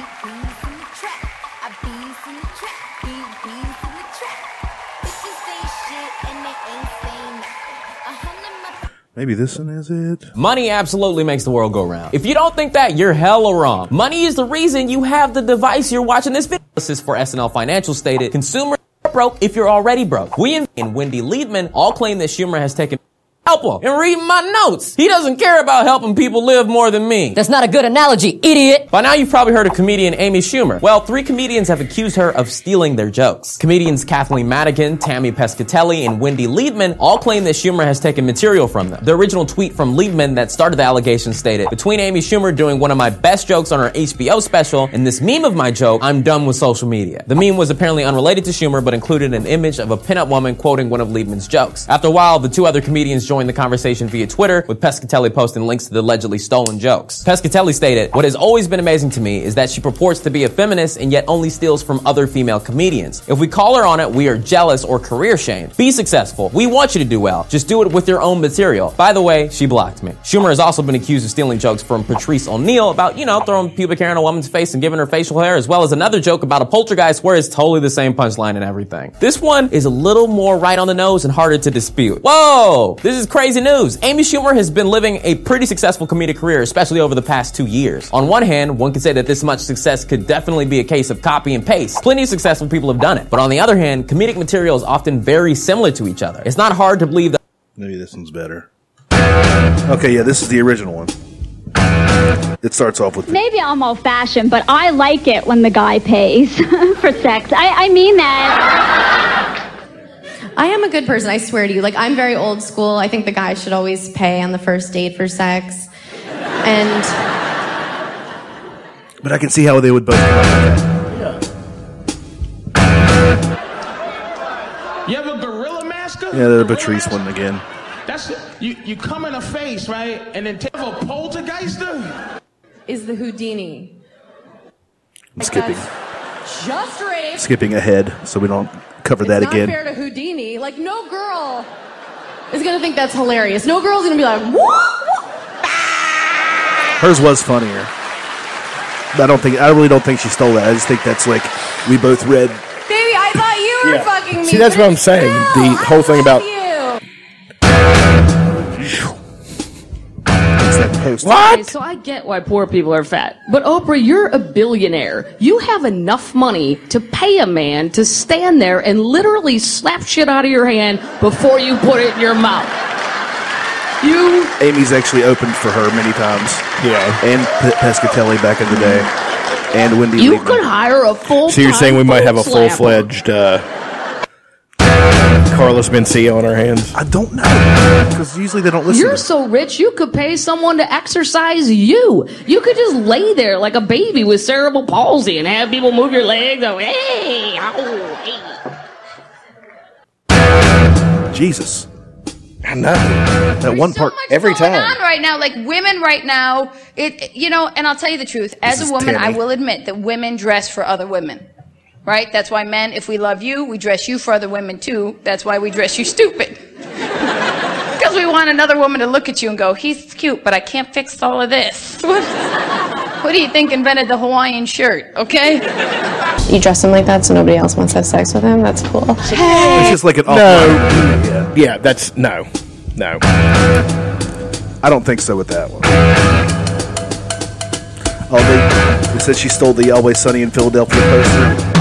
Speaker 2: Maybe this one is it.
Speaker 1: Money absolutely makes the world go round. If you don't think that, you're hella wrong. Money is the reason you have the device you're watching this video. This is for SNL Financial stated, consumer broke if you're already broke. We and- and Wendy Liebman all claim that Schumer has taken help him and read my notes. He doesn't care about helping people live more than me. That's not a good analogy, idiot. By now you've probably heard of comedian Amy Schumer. Well, three comedians have accused her of stealing their jokes. Comedians Kathleen Madigan, Tammy Pescatelli, and Wendy Liebman all claim that Schumer has taken material from them. The original tweet from Liebman that started the allegation stated, between Amy Schumer doing one of my best jokes on her HBO special and this meme of my joke, I'm done with social media. The meme was apparently unrelated to Schumer, but included an image of a pinup woman quoting one of Liebman's jokes. After a while, the two other comedians joined the conversation via Twitter, with Pescatelli posting links to the allegedly stolen jokes. Pescatelli stated, What has always been amazing to me is that she purports to be a feminist and yet only steals from other female comedians. If we call her on it, we are jealous or career shamed. Be successful. We want you to do well. Just do it with your own material. By the way, she blocked me. Schumer has also been accused of stealing jokes from Patrice O'Neill about, you know, throwing pubic hair in a woman's face and giving her facial hair, as well as another joke about a poltergeist where it's totally the same punchline and everything. This one is a little more right on the nose and harder to dispute. Whoa! This is crazy news. Amy Schumer has been living a pretty successful comedic career, especially over the past two years. On one hand, one could say that this much success could definitely be a case of copy and paste. Plenty of successful people have done it. But on the other hand, comedic material is often very similar to each other. It's not hard to believe that
Speaker 2: Maybe this one's better. Okay, yeah, this is the original one. It starts off with
Speaker 15: Maybe I'm old fashioned, but I like it when the guy pays for sex. I, I mean that.
Speaker 14: I am a good person, I swear to you. Like, I'm very old school. I think the guy should always pay on the first date for sex. And
Speaker 2: But I can see how they would both.
Speaker 9: You have a gorilla master?
Speaker 2: Yeah, the Patrice one again.
Speaker 9: That's you. You come in a face, right, and then take a poltergeister.
Speaker 14: is the Houdini.
Speaker 2: I'm skipping,
Speaker 14: Just rape.
Speaker 2: skipping ahead so we don't cover that
Speaker 14: Not
Speaker 2: again.
Speaker 14: fair to Houdini. Like, no girl is going to think that's hilarious. No girl's going to be like, what?
Speaker 2: Hers was funnier. I don't think. I really don't think she stole that. I just think that's like we both read.
Speaker 14: Baby, I thought you were fucking me.
Speaker 3: See, that's what I'm saying. The whole thing about
Speaker 13: What? so I get why poor people are fat. But Oprah, you're a billionaire. You have enough money to pay a man to stand there and literally slap shit out of your hand before you put it in your mouth. You
Speaker 2: Amy's actually opened for her many times. Yeah, and P- Pescatelli back in the day, and Wendy.
Speaker 13: you
Speaker 2: Liebman.
Speaker 13: could hire a full
Speaker 3: So you're saying we might have a full fledged uh, Carlos Mencia on our hands?
Speaker 2: I don't know because usually they don't listen.
Speaker 13: You're so rich, you could pay someone to exercise you. You could just lay there like a baby with cerebral palsy and have people move your legs. Oh, hey, ow, hey.
Speaker 2: Jesus, I know that one part every
Speaker 16: on right now like women right now it you know and i'll tell you the truth as
Speaker 2: is
Speaker 16: a woman i
Speaker 2: Tammy.
Speaker 16: will admit that women dress for other women right that's why men if we love you we dress you for other women too that's why we dress you stupid because we want another woman to look at you and go he's cute but i can't fix all of this what, what do you think invented the hawaiian shirt okay
Speaker 14: You dress him like that so nobody else wants to have sex with him? That's cool.
Speaker 2: It's just like an
Speaker 3: Oh, no. Yeah. that's no, no.
Speaker 2: I don't think so with that one. Oh, they, they said she stole the Always Sunny in Philadelphia poster.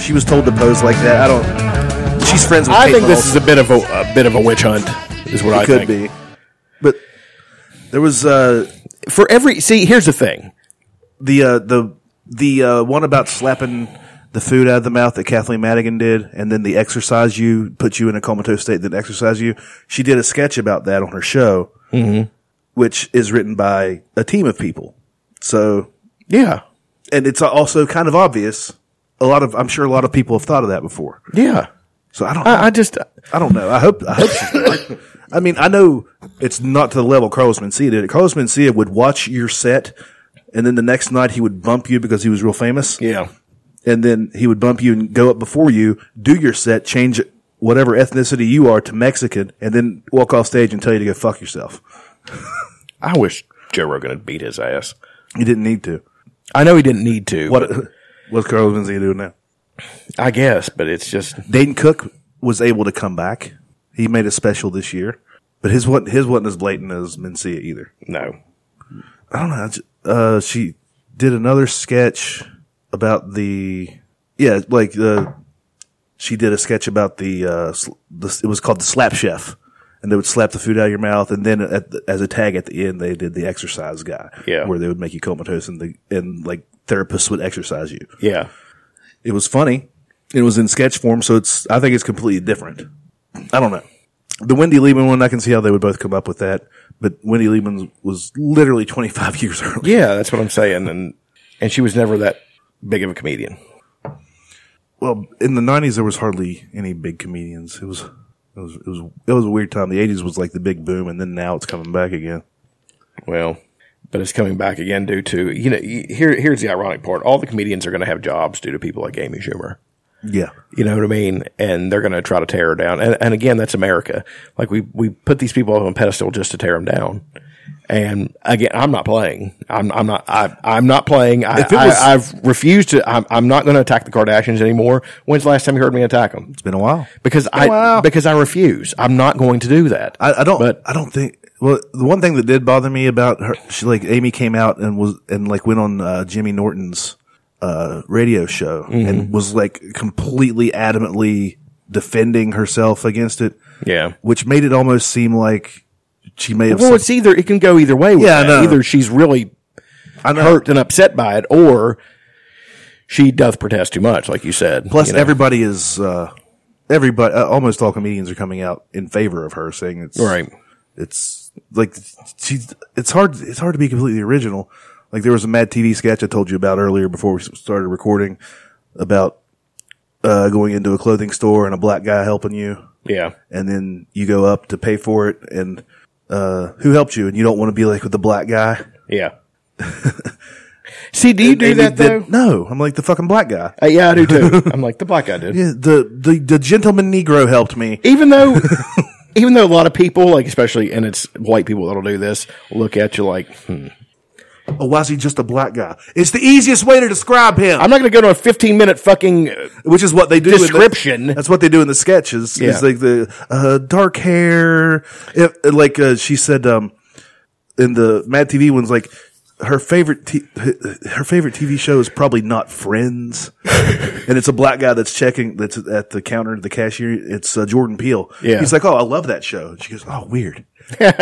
Speaker 2: She was told to pose like that. I don't. She's friends with.
Speaker 3: I
Speaker 2: Kate
Speaker 3: think this
Speaker 2: Middleton.
Speaker 3: is a bit of a, a bit of a witch hunt, is what
Speaker 2: It
Speaker 3: I
Speaker 2: could
Speaker 3: think.
Speaker 2: be. But There was uh,
Speaker 3: for every see. Here's the thing:
Speaker 2: the uh, the the uh, one about slapping the food out of the mouth that Kathleen Madigan did, and then the exercise you put you in a comatose state, then exercise you. She did a sketch about that on her show,
Speaker 3: Mhm.
Speaker 2: which is written by a team of people. So
Speaker 3: yeah,
Speaker 2: and it's also kind of obvious. A lot of I'm sure a lot of people have thought of that before.
Speaker 3: Yeah.
Speaker 2: So I don't.
Speaker 3: I, I just
Speaker 2: I don't know. I hope. I hope. She's right. I mean, I know it's not to the level Carlos Mencia did. it. Carlos Mencia would watch your set, and then the next night he would bump you because he was real famous.
Speaker 3: Yeah.
Speaker 2: And then he would bump you and go up before you, do your set, change whatever ethnicity you are to Mexican, and then walk off stage and tell you to go fuck yourself.
Speaker 3: I wish Joe Rogan had beat his ass.
Speaker 2: He didn't need to.
Speaker 3: I know he didn't need to.
Speaker 2: What? What's Carlos Mencia doing now?
Speaker 3: I guess, but it's just
Speaker 2: Dane Cook was able to come back. He made a special this year, but his wasn't his wasn't as blatant as Mencia either.
Speaker 3: No,
Speaker 2: I don't know. I ju- Uh, she did another sketch about the yeah, like the she did a sketch about the uh, sl- the it was called the slap chef, and they would slap the food out of your mouth, and then at the, as a tag at the end they did the exercise guy,
Speaker 3: Yeah.
Speaker 2: where they would make you comatose and the and like therapists would exercise you.
Speaker 3: Yeah,
Speaker 2: it was funny. It was in sketch form, so it's I think it's completely different. I don't know. The Wendy Liebman one, I can see how they would both come up with that, but Wendy Liebman was literally 25 years early.
Speaker 3: Yeah, that's what I'm saying. And and she was never that big of a comedian.
Speaker 2: Well, in the 90s there was hardly any big comedians. It was it was it was it was a weird time. The 80s was like the big boom and then now it's coming back again.
Speaker 3: Well, but it's coming back again due to you know y- here here's the ironic part. All the comedians are going to have jobs due to people like Amy Schumer.
Speaker 2: Yeah.
Speaker 3: You know what I mean? And they're going to try to tear her down. And, and again, that's America. Like we we put these people up on a pedestal just to tear them down. And again, I'm not playing. I'm I'm not I, I'm not playing. I,
Speaker 2: If it was-
Speaker 3: I, I've refused to. I'm, I'm not going to attack the Kardashians anymore. When's the last time you heard me attack them? It's
Speaker 2: been a while
Speaker 3: because I because I refuse. I'm not going to do that.
Speaker 2: I, I don't I don't think well the one thing that did bother me about her she like Amy came out and was and like went on uh, Jimmy Norton's uh, radio show
Speaker 3: Mhm.
Speaker 2: and was like completely adamantly defending herself against it
Speaker 3: Yeah.
Speaker 2: which made it almost seem like she may have
Speaker 3: Well,
Speaker 2: some-
Speaker 3: it's either it can go either way. With
Speaker 2: Yeah, I
Speaker 3: that.
Speaker 2: know.
Speaker 3: either she's really hurt and upset by it, or she doth protest too much, like you said.
Speaker 2: plus
Speaker 3: you know.
Speaker 2: everybody is uh, everybody uh, almost all comedians are coming out in favor of her saying it's
Speaker 3: Right.
Speaker 2: it's like she's it's hard it's hard to be completely original like there was a mad tv sketch i told you about earlier before we started recording about uh, going into a clothing store and a black guy helping you
Speaker 3: yeah,
Speaker 2: and then you go up to pay for it and uh, who helped you and you don't want to be like with the black guy
Speaker 3: yeah. See, do you do that though?
Speaker 2: no i'm like the fucking black guy
Speaker 3: Uh, yeah, I do too. I'm like the black guy dude.
Speaker 2: yeah, the, the the gentleman negro helped me
Speaker 3: Even though, even though a lot of people, like especially, and it's white people that'll do this, look at you like, hmm.
Speaker 2: oh why is he just a black guy it's the easiest way to describe him
Speaker 3: I'm not going to go to a 15 minute fucking, uh,
Speaker 2: which is what they do in the-
Speaker 3: description.
Speaker 2: That's what they do in the sketches.
Speaker 3: Yeah.
Speaker 2: It's like the uh, dark hair. If- like uh, she said um, in the Mad TV ones, like her favorite t- her favorite TV show is probably not Friends, and it's a black guy that's checking that's at the counter the cashier. It's uh, Jordan Peele.
Speaker 3: Yeah.
Speaker 2: he's like, oh, I love that show. She goes, oh, weird. and,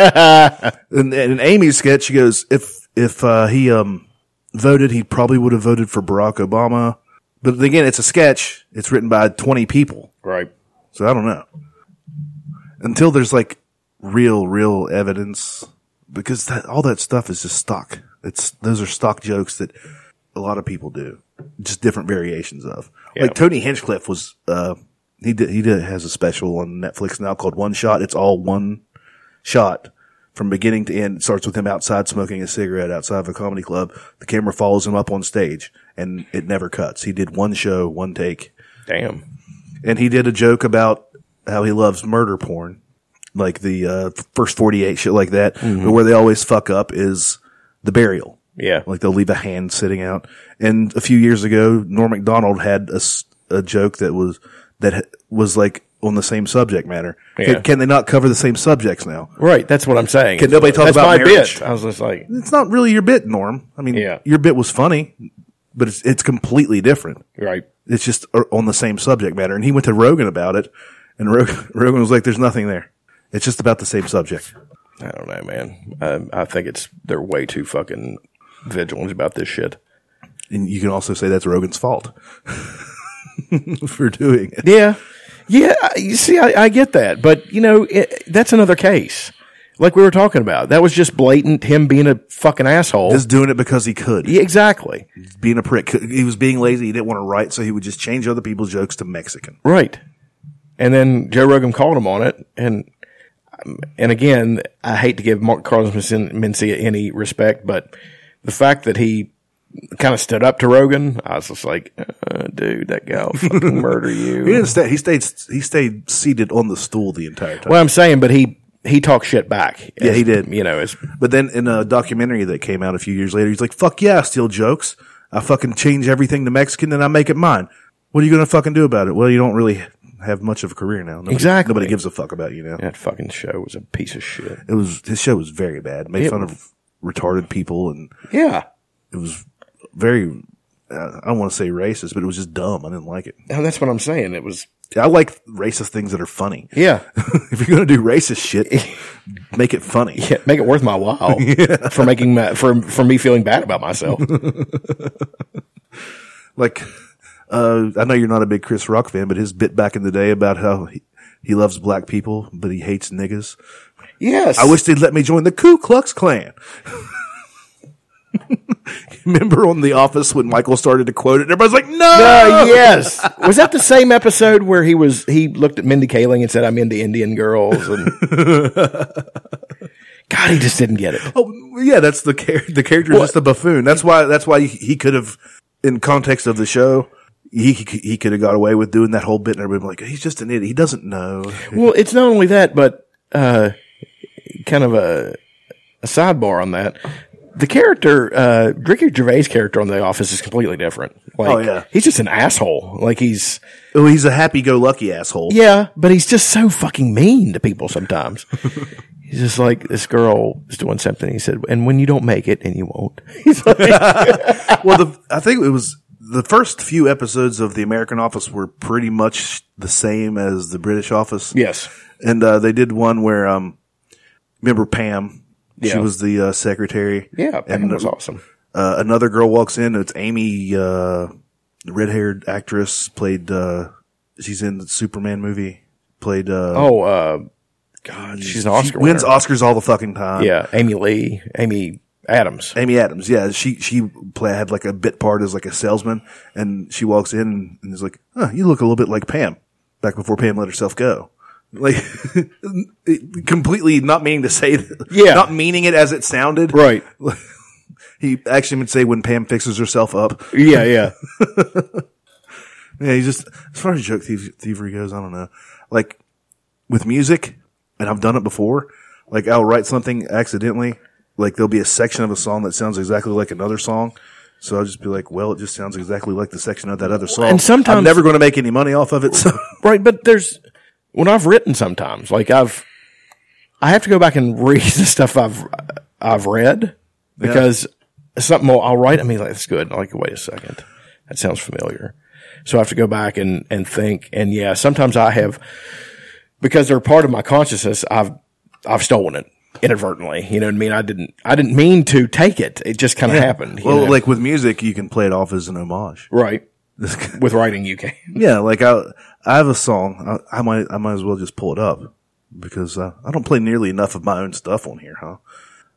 Speaker 2: and in Amy's sketch, she goes, if if uh, he um voted, he probably would have voted for Barack Obama. But again, it's a sketch. It's written by twenty people.
Speaker 3: right?
Speaker 2: So I don't know. Until there's like real, real evidence, because that, all that stuff is just stock. It's those are stock jokes that a lot of people do, just different variations of. Like Tony Hinchcliffe was, uh, he did, he did, has a special on Netflix now called One Shot. It's all one shot from beginning to end. It starts with him outside smoking a cigarette outside of a comedy club. The camera follows him up on stage and it never cuts. He did one show, one take
Speaker 3: Damn.
Speaker 2: and he did a joke about how he loves murder porn, like the uh, first forty eight shit like that.
Speaker 3: Mhm.
Speaker 2: But where they always fuck up is the burial.
Speaker 3: Yeah.
Speaker 2: like they'll leave a hand sitting out. And a few years ago, Norm Macdonald had a, s- a joke that was that ha- was like on the same subject matter.
Speaker 3: Yeah.
Speaker 2: Can, can they not cover the same subjects now?
Speaker 3: Right. That's what I'm saying.
Speaker 2: Can nobody talk
Speaker 3: That's
Speaker 2: about
Speaker 3: my
Speaker 2: marriage?
Speaker 3: bit? I was just like,
Speaker 2: It's not really your bit, Norm. I mean,
Speaker 3: Yeah.
Speaker 2: your bit was funny, but it's it's completely different.
Speaker 3: right.
Speaker 2: It's just uh, on the same subject matter. And he went to Rogan about it, and Rogan, Rogan was like, "There's nothing there. It's just about the same subject."
Speaker 3: I don't know, man. Um, I think it's they're way too fucking vigilant about this shit.
Speaker 2: And you can also say that's Rogan's fault for doing it.
Speaker 3: Yeah. Yeah. I- You see, I, I get that. But, you know, it, that's another case. Like we were talking about. That was just blatant him being a fucking asshole.
Speaker 2: Just doing it because he could.
Speaker 3: Yeah, exactly.
Speaker 2: Being a prick. He was being lazy. He didn't want to write, so he would just change other people's jokes to Mexican.
Speaker 3: Right. And then Joe Rogan called him on it. And, um, and again, I hate to give Mark Carlos Mencia Mencia any respect, but the fact that he kind of stood up to Rogan, I was just like, uh, dude, that guy will fucking murder you.
Speaker 2: He didn't stay. He stayed. He stayed seated on the stool the entire time.
Speaker 3: Well, I'm saying, but he he talked shit back.
Speaker 2: yeah, he did.
Speaker 3: You know, it's,
Speaker 2: but then in a documentary that came out a few years later, he's like, "Fuck yeah, I steal jokes. I fucking change everything to Mexican, and I make it mine. What are you gonna fucking do about it? Well, you don't really have much of a career now. Nobody,
Speaker 3: Exactly.
Speaker 2: Nobody gives a fuck about you now.
Speaker 3: That fucking show was a piece of shit.
Speaker 2: It was. His show was very bad. Made
Speaker 3: It
Speaker 2: fun of retarded people, and
Speaker 3: yeah,
Speaker 2: it was very. Uh, I don't want to say racist, but it was just dumb. I didn't like it.
Speaker 3: And that's what I'm saying. It was.
Speaker 2: I like racist things that are funny.
Speaker 3: Yeah.
Speaker 2: if you're gonna do racist shit, make it funny.
Speaker 3: Yeah, make it worth my while for making my, for for me feeling bad about myself.
Speaker 2: like uh, I know you're not a big Chris Rock fan, but his bit back in the day about how he, he loves black people, but he hates niggas.
Speaker 3: Yes.
Speaker 2: I wish they'd let me join the Ku Klux Klan. Remember on The Office when Michael started to quote it, and everybody's like, "No,
Speaker 3: Uh, yes. Was that the same episode where he was he looked at Mindy Kaling and said, "I'm into Indian girls"? And God, he just didn't get it.
Speaker 2: Oh, yeah, that's the char- the character is just a buffoon. That's why that's why he, he could have, in context of the show, he he, he could have got away with doing that whole bit, and everybody's like, "He's just an idiot. He doesn't know."
Speaker 3: Well, it's not only that, but uh, kind of a, a sidebar on that. The character, uh, Ricky Gervais' character on The Office is completely different. Like,
Speaker 2: Oh, yeah.
Speaker 3: he's just an asshole. Like he's,
Speaker 2: oh, he's a happy-go-lucky asshole.
Speaker 3: Yeah, but he's just so fucking mean to people sometimes. he's just like this girl is doing something. He said, and when you don't make it, and you won't.
Speaker 2: well, the, I think it was the first few episodes of The American Office were pretty much the same as the British Office.
Speaker 3: Yes,
Speaker 2: and uh, they did one where um, remember Pam? She
Speaker 3: Yeah.
Speaker 2: was the uh, secretary.
Speaker 3: Yeah, Pam
Speaker 2: And,
Speaker 3: was
Speaker 2: uh,
Speaker 3: awesome.
Speaker 2: Uh, another girl walks in. It's Amy, uh, red-haired actress, played. Uh, she's in the Superman movie. Played. Uh,
Speaker 3: Oh, uh, God, she's an Oscar
Speaker 2: she wins
Speaker 3: winner.
Speaker 2: Oscars all the fucking time.
Speaker 3: Yeah, Amy Lee, Amy Adams.
Speaker 2: Amy Adams, yeah, she she play, had like a bit part as like a salesman, and she walks in and is like, "Huh, you look a little bit like Pam." Back before Pam let herself go, like it- completely not meaning to say, that,
Speaker 3: Yeah.
Speaker 2: not meaning it as it sounded,
Speaker 3: right?
Speaker 2: he actually would say when Pam fixes herself up,
Speaker 3: Yeah, yeah.
Speaker 2: yeah, he's just as far as joke thief, thievery goes. I don't know. Like with music, and I've done it before. Like I'll write something accidentally. Like there'll be a section of a song that sounds exactly like another song. So I'll just be like, well, it just sounds exactly like the section of that other song.
Speaker 3: And sometimes-
Speaker 2: I'm never going to make any money off of it. So
Speaker 3: Right, but there's when I've written sometimes, like I've I have to go back and read the stuff I've I've read
Speaker 2: Yeah.
Speaker 3: because something will, I'll write. I mean, like that's good. Like, wait a second, that sounds familiar. So I have to go back and and think. And yeah, sometimes I have because they're part of my consciousness. I've I've stolen it inadvertently. You know what I mean? I didn't I didn't mean to take it. It just kind of
Speaker 2: Yeah.
Speaker 3: happened. you
Speaker 2: Well,
Speaker 3: know?
Speaker 2: like with music, you can play it off as an homage.
Speaker 3: right with writing, you can.
Speaker 2: Yeah, like I, I have a song. I, I might, I might as well just pull it up because uh, I don't play nearly enough of my own stuff on here, huh?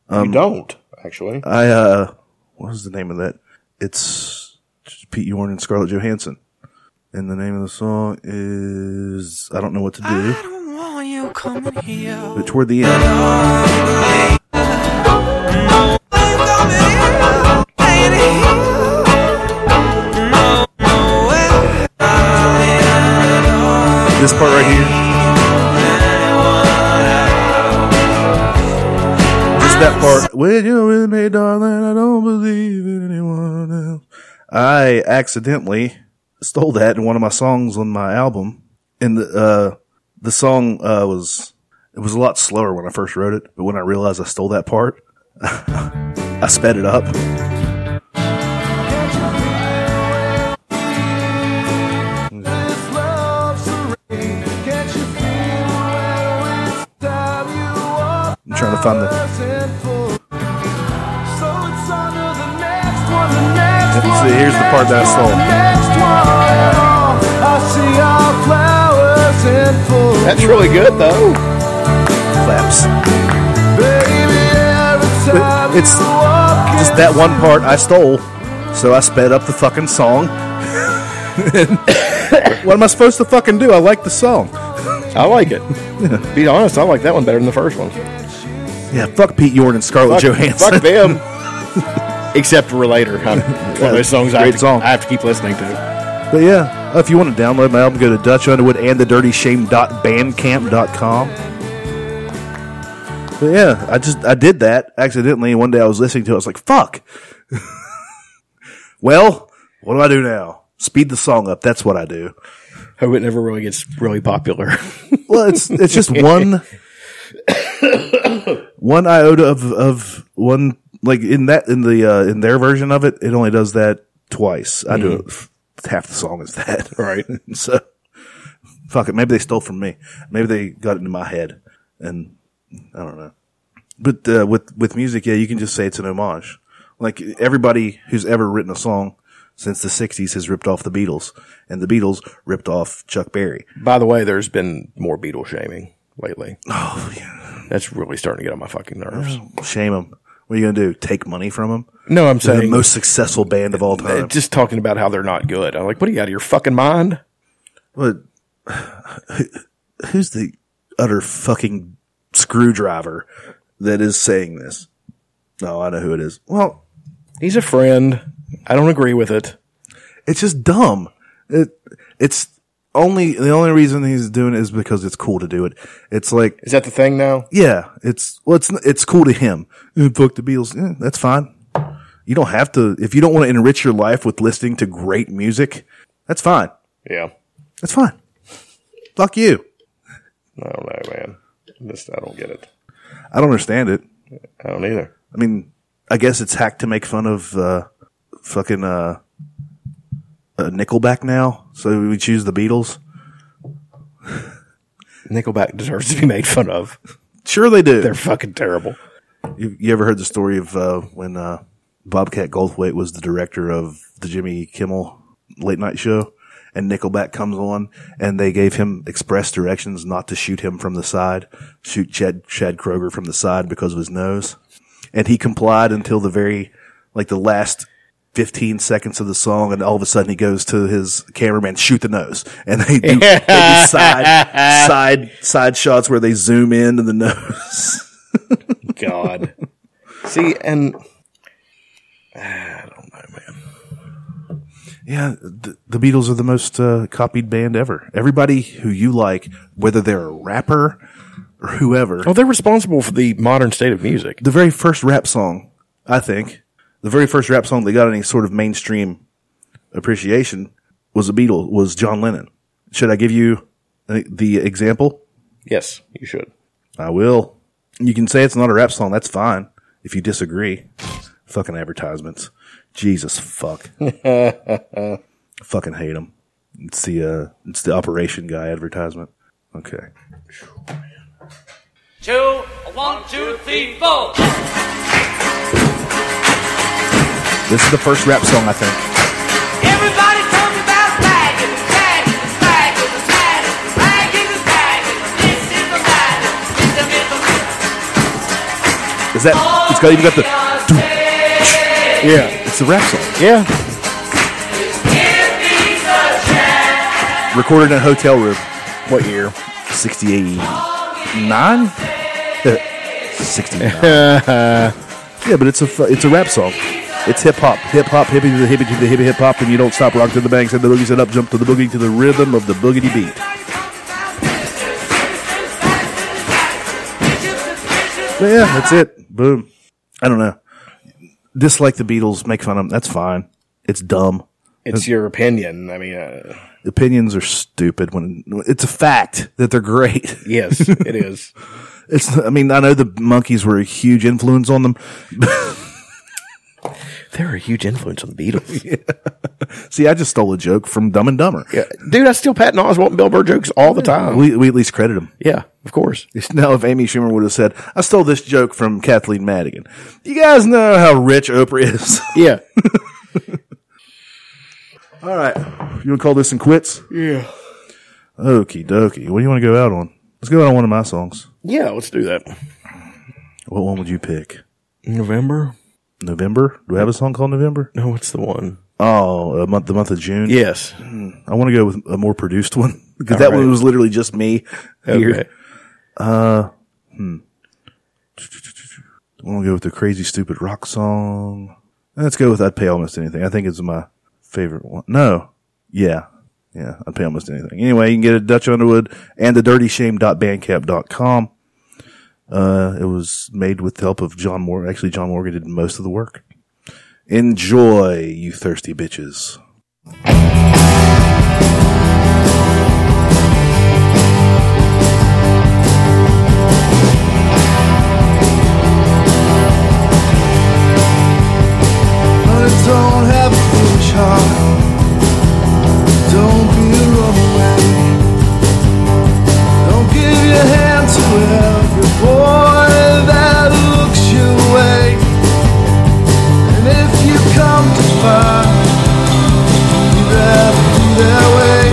Speaker 2: Um,
Speaker 3: you don't actually.
Speaker 2: I uh, what was the name of that? It's Pete Yorn and Scarlett Johansson, and the name of the song is I don't know what to do. But toward the end, this part right here, just that part. When you're with me, darling, I don't believe in anyone else. I accidentally stole that in one of my songs on my album, and the uh, the song uh, was it was a lot slower when I first wrote it, but when I realized I stole that part, I sped it up. I'm trying to find the. See, here's the part that I saw.
Speaker 3: That's really good, though.
Speaker 2: Claps. It- It's just that one part I stole, so I sped up the fucking song. what am I supposed to fucking do? I like the song.
Speaker 3: I like it. Be honest, I like that one better than the first one.
Speaker 2: Yeah, fuck Pete Yorn and Scarlett
Speaker 3: Fuck-
Speaker 2: Johansson.
Speaker 3: fuck them. Except for later. I'm- It's one of those songs I have,
Speaker 2: Great
Speaker 3: to,
Speaker 2: song.
Speaker 3: I have to keep listening to.
Speaker 2: But yeah, uh, if you want to download my album, go to Dutch Underwood and the Dirty Shame.bandcamp.com. But yeah, I just I did that accidentally. and One day I was listening to it, I was like, "Fuck." well, what do I do now? Speed the song up. That's what I do.
Speaker 3: Hope it never really gets really popular.
Speaker 2: well, it's it's just one one iota of of one like in that in the uh, in their version of it, it only does that twice. I do it f- half the song is that
Speaker 3: right.
Speaker 2: so fuck it. Maybe they stole from me. Maybe they got it into my head, and I don't know. But uh, with with music, yeah, you can just say it's an homage. Like everybody who's ever written a song since the '60s has ripped off the Beatles, and the Beatles ripped off Chuck Berry.
Speaker 3: By the way, there's been more Beatle shaming lately. Oh, yeah. That's really starting to get on my fucking nerves.
Speaker 2: Shame them. What are you going to do? Take money from them?
Speaker 3: No, I'm
Speaker 2: the
Speaker 3: saying-
Speaker 2: most successful band of all time.
Speaker 3: Just talking about how they're not good. I'm like, what are you out of your fucking mind?
Speaker 2: But who's the utter fucking screwdriver that is saying this? No, I know who it is. Well,
Speaker 3: he's a friend. I don't agree with it.
Speaker 2: It's just dumb. It it's only the only reason he's doing it is because it's cool to do it. It's like
Speaker 3: is that the thing now?
Speaker 2: Yeah, it's well, it's it's cool to him. Eh, Fuck the Beatles. Eh, that's fine. You don't have to if you don't want to enrich your life with listening to great music. That's fine.
Speaker 3: Yeah.
Speaker 2: That's fine. Fuck you.
Speaker 3: I don't know, man. This, I don't get it.
Speaker 2: I don't understand it.
Speaker 3: I don't either.
Speaker 2: I mean, I guess it's hacked to make fun of uh, fucking uh, uh, Nickelback now. So we choose the Beatles.
Speaker 3: Nickelback deserves to be made fun of.
Speaker 2: Sure, they do.
Speaker 3: They're fucking terrible.
Speaker 2: You, you ever heard the story of uh, when uh, Bobcat Goldthwait was the director of the Jimmy Kimmel late night show, and Nickelback comes on, and they gave him express directions not to shoot him from the side, shoot Chad Chad Kroger from the side because of his nose, and he complied until the very like the last. 15 seconds of the song and all of a sudden he goes to his cameraman shoot the nose and they do, they do side side side shots where they zoom in to the nose
Speaker 3: God. See, and
Speaker 2: Yeah, the, the Beatles are the most uh, copied band ever. Everybody who you like, whether they're a rapper or whoever.
Speaker 3: Well, Oh, they're responsible for the modern state of music.
Speaker 2: The very first rap song, I think, the very first rap song that got any sort of mainstream appreciation was a Beatle, was John Lennon. Should I give you the, the example?
Speaker 3: Yes, you should.
Speaker 2: I will. You can say it's not a rap song. That's fine if you disagree. Fucking advertisements. Jesus fuck. Fucking hate them. It's the uh, it's the operation guy advertisement. Okay.
Speaker 7: Two, one, two, three, four.
Speaker 2: This is the first rap song I think.
Speaker 7: Everybody tell me about flag. It's a flag, it's a flag, it's a flag. Flag is a flag. This is a flag. It's a middle.
Speaker 2: Is that it's got even got the Yeah. It's the rap song.
Speaker 3: Yeah.
Speaker 2: Recorded in a hotel room.
Speaker 3: What year?
Speaker 2: Sixty eight nine? Sixty
Speaker 3: nine.
Speaker 2: Yeah, but it's a fu- it's a rap song. It's hip hop, hip hop, hippie to the hippie to the hippie hip hop, and you don't stop rock to the bang, said the boogie, said up, jump to the boogie to the rhythm of the boogity beat. But yeah, that's it. Boom. I don't know. Dislike the Beatles, make fun of them. That's fine. It's dumb.
Speaker 3: It's your opinion. I mean, uh,
Speaker 2: Opinions are stupid when it's a fact that they're great.
Speaker 3: yes, it is.
Speaker 2: It's. I mean, I know the monkeys were a huge influence on them.
Speaker 3: They're a huge influence on the Beatles.
Speaker 2: See, I just stole a joke from Dumb and Dumber.
Speaker 3: Yeah. Oh. Dude, I steal Patton Oswalt and Bill Burr jokes all the time.
Speaker 2: We, we at least credit him.
Speaker 3: Yeah, of course.
Speaker 2: Now, if Amy Schumer would have said, I stole this joke from Kathleen Madigan, you guys know how rich Oprah is.
Speaker 3: Yeah.
Speaker 2: All right. You want to call this and quits?
Speaker 5: Yeah.
Speaker 2: Okie dokie. What do you want to go out on? Let's go out on one of my songs.
Speaker 3: Yeah, let's do that.
Speaker 2: What one would you pick?
Speaker 3: November.
Speaker 2: November? Do we have a song called November?
Speaker 3: No, what's the one?
Speaker 2: Oh, a month, the month of June?
Speaker 3: Yes.
Speaker 2: Hmm. I want to go with a more produced one because
Speaker 3: All
Speaker 2: that
Speaker 3: right.
Speaker 2: one was literally just me here.
Speaker 3: Okay.
Speaker 2: Uh, hmm. I want to go with the crazy, stupid rock song. Let's go with I'd Pay Almost Anything. I think it's my favorite one. No. Yeah. Yeah. I'd Pay Almost Anything. Anyway, you can get it at Dutch Underwood and the dirty shame.bandcamp.com. Uh, it was made with the help of John Morgan. Actually, John Morgan did most of the work. Enjoy, you thirsty bitches.
Speaker 1: But don't have a foolish heart. Don't be a runaway. Don't give your hand to every boy that looks your way. And if you come too far, you better be their way.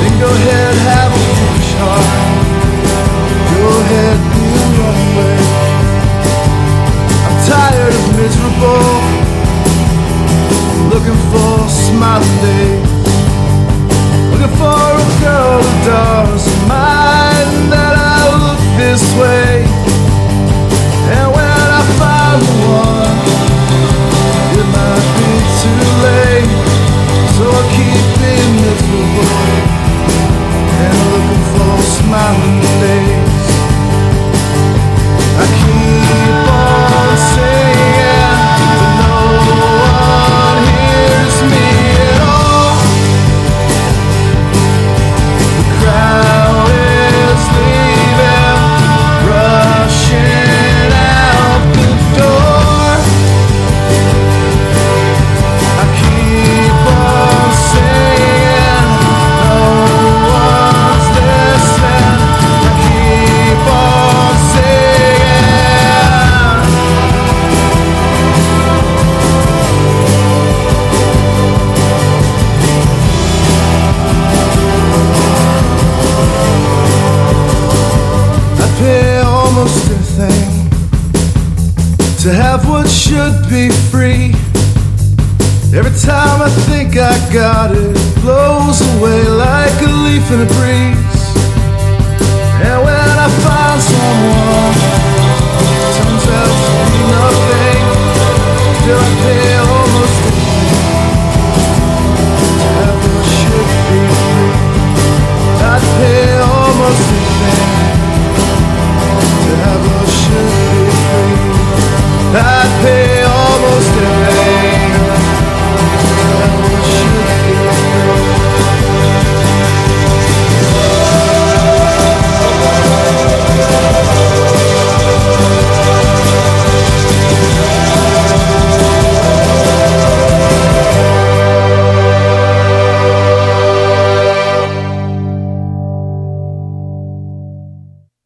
Speaker 1: Then go ahead, have a foolish heart. Go ahead, be a runaway. I'm tired of miserable looking for a smiling day. Looking for a girl who doesn't mind that I look this way. And when I find the one, it might be too late. So I keep being miserable and looking for smiling days. I keep on singing, but no one hears me at all. The crowd is leaving, rushing out the door. I keep on singing, no one's listening. I keep on singing. I'd pay almost anything to have what should be free. Every time I think I got it, it blows away like a leaf in a breeze. And when I find someone,